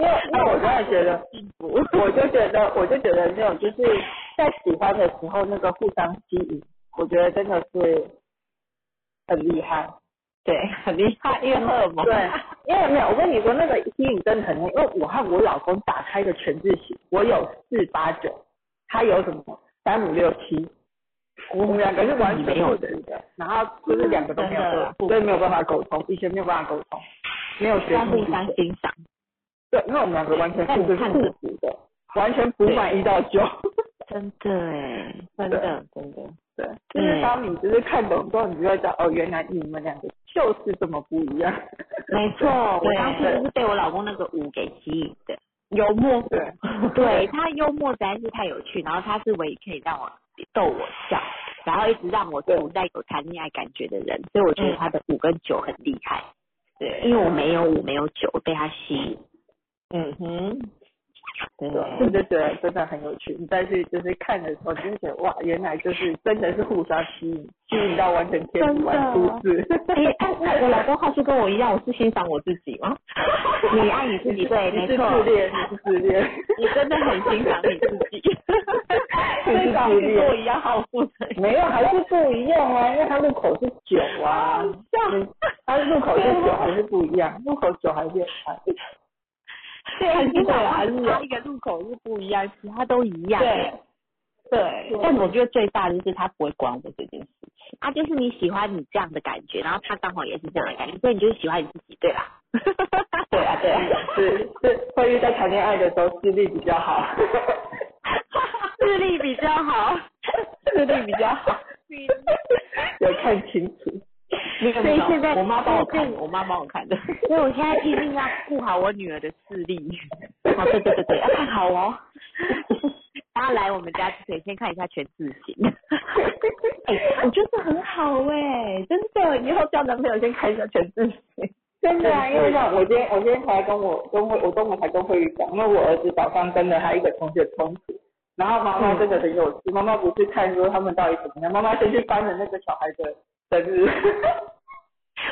为因为我真的觉得，我就觉得，我就觉得那种就是在喜欢的时候那个互相吸引，我觉得真的是很厉害。 对，很厉害，因为荷尔蒙。对，因为没有，我跟你说那个吸引真的很厉害，因为我和我老公打开一个全字型，我有四八九，他有什么三五六七。我们两个是完全没有的互补的，然后就是两个都没有哦真的，所以没有办法沟通，以前没有办法沟通，没有学要互互相欣赏。对，因为我们两个完全是就是互补的，完全补满一到九。真的哎、真的，真的。对，就是当你就是看懂之后，你就会知道哦，原来你们两个就是这么不一样。没错，我对当初就是被我老公那个舞给吸引的。幽默，对，对他幽默实在是太有趣，然后他是唯一可以让我逗我笑，然后一直让我处在有谈恋爱感觉的人，所以我觉嗯得他的五跟九很厉害，对因为我没有五没有九被他吸引，嗯哼，对对，我就觉得真的很有趣。你再去就是看的时候，真的觉得哇，原来就是真的是互相吸引，吸引到完全天不完数字。哎、哎哎我老公话是跟我一样，我是欣赏我自己吗？ 你爱你自己，对，你没是错，自恋，你是自恋，你真的很欣赏你自 己，你最是早自是跟我恋。一样好负责 任。没有，还是不一样啊，因为它入口是酒啊，嗯它入口是酒还是不一样，入口酒还是还是对，很欣赏还是他一个入口是不一样，其他都一样，对对，但我觉得最大的就是他不会管我这件事。啊，就是你喜欢你这样的感觉，然后他刚好也是这样的感觉，所以你就是喜欢你自己，对吧？对啊，对啊，是是会遇在谈恋爱的时候视力比较好， 智力比较 好，视力比较好，有看清楚。没 有所以没有现在我妈帮我看，我妈帮我看的。所以我现在拼命要顾好我女儿的视力。啊，对对对对，要看好 哦。大家来我们家之前先看一下全字形。哎、我觉得这很好哎、真的，以后交男朋友先看一下全自己。真的啊，因为像我今天我今天才跟我跟我我中午才跟慧宇讲，因为我儿子早上跟了他一个同学冲突，然后 妈妈真的很有趣，妈妈不是看说他们到底怎么样，妈妈先去翻了那个小孩的生日，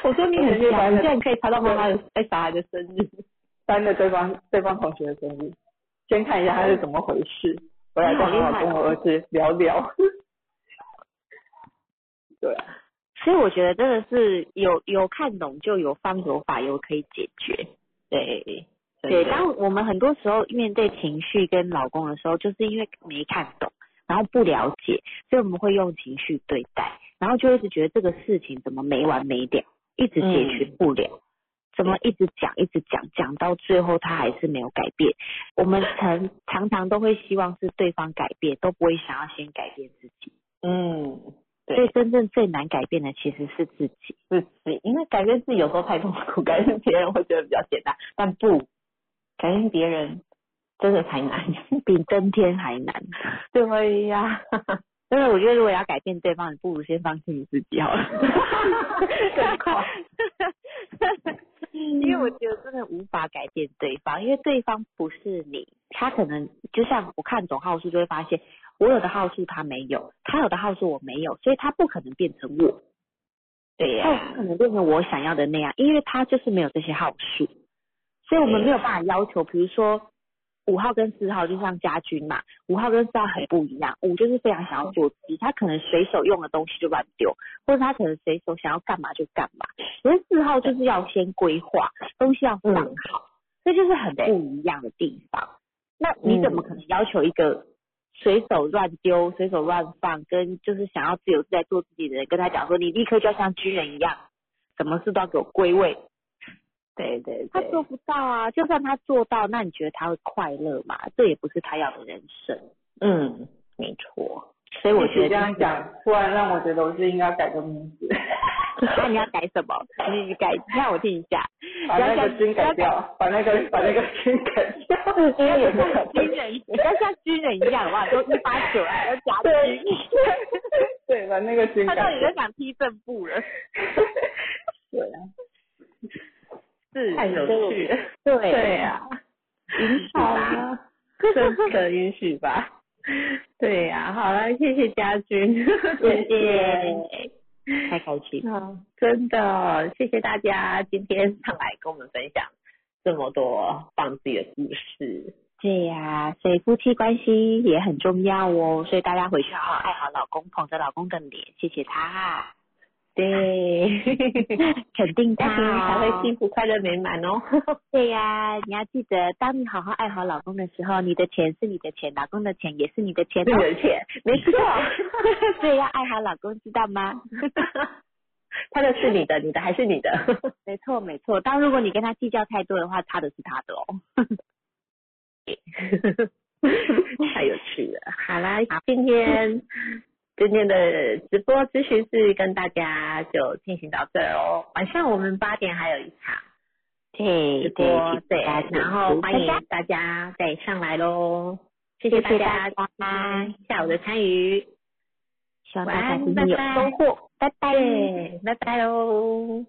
我说你很嗯强，你竟然可以查到妈妈的哎小孩的生日。翻了对方对方同学的生日，先哎看一下他哎是怎么回事，回来再好好跟我儿子聊聊。对啊，所以我觉得真的是有有看懂就有方有法有可以解决。对对，当我们很多时候面对情绪跟老公的时候，就是因为没看懂，然后不了解，所以我们会用情绪对待，然后就一直觉得这个事情怎么没完没了，一直解决不了，怎么一直讲一直讲，讲到最后他还是没有改变。我们常常常都会希望是对方改变，都不会想要先改变自己。嗯，对所以真正最难改变的其实是自己。自己，因为改变自己有时候太痛苦，改变别人会觉得比较简单，但不改变别人真的才难。 比登天还难。对呀、 所以我觉得如果要改变对方，你不如先放弃你自己好 了。更快。因为我觉得真的无法改变对方，因为对方不是你，他可能就像我看懂号数就会发现，我有的号数他没有，他有的号数我没有，所以他不可能变成我，对呀、他也不可能变成我想要的那样，因为他就是没有这些号数，所以我们没有办法要求，比如说。五号跟四号就像家军嘛，五号跟四号很不一样。五就是非常想要做自己，他可能随手用的东西就乱丢，或者他可能随手想要干嘛就干嘛。可是四号就是要先规划，东西要放好，这就是很不一样的地方。那你怎么可能要求一个随手乱丢、随手乱放，跟就是想要自由自在做自己的人，跟他讲说你立刻就要像军人一样，什么事都要给我归位？对对他对，做不到啊！就算他做到，那你觉得他会快乐吗？这也不是他要的人生。嗯，没错。所以我我觉觉得这得样讲，突然让我觉得我是应该改个名字， 那你要改什么？你你改，你让我听一下。把那个军改掉，把那个把那个军改掉， 因为也是改军人，你要像军人一样，哇，都一八九啊，要夹对军。 对，把那个军他改到底掉在。想踢正步 了？对啊，是太有趣 了。对，对啊呀、允许好吧。啦， 真的允许吧？对呀、好了，谢谢家军，谢谢， 太开心。嗯，真的，谢谢大家今天上来跟我们分享这么多棒自己的故事。对呀、所以夫妻关系也很重要哦，所以大家回去好好爱好老公，捧着老公的脸，谢谢他，啊对， 肯定他家庭才哦、会幸福、快乐、美满 哦。对呀、你要记得，当你好好爱好老公的时候，你的钱是你的钱，老公的钱也是你的钱是你哦。的 钱，没错，所以要爱好老公，知道吗？他的是你的，你的还是你的。没错，没错。当如果你跟他计较太多的话，他的是他的哦。太有趣了。好啦，今天今天的直播咨询室跟大家就进行到这儿哦。晚上我们八点还有一场对直对播，对，对，然后欢迎大家对上来喽，谢谢大谢谢家今天下午的参与，希望晚大家安，今拜天有拜收获，拜拜。对，拜拜喽。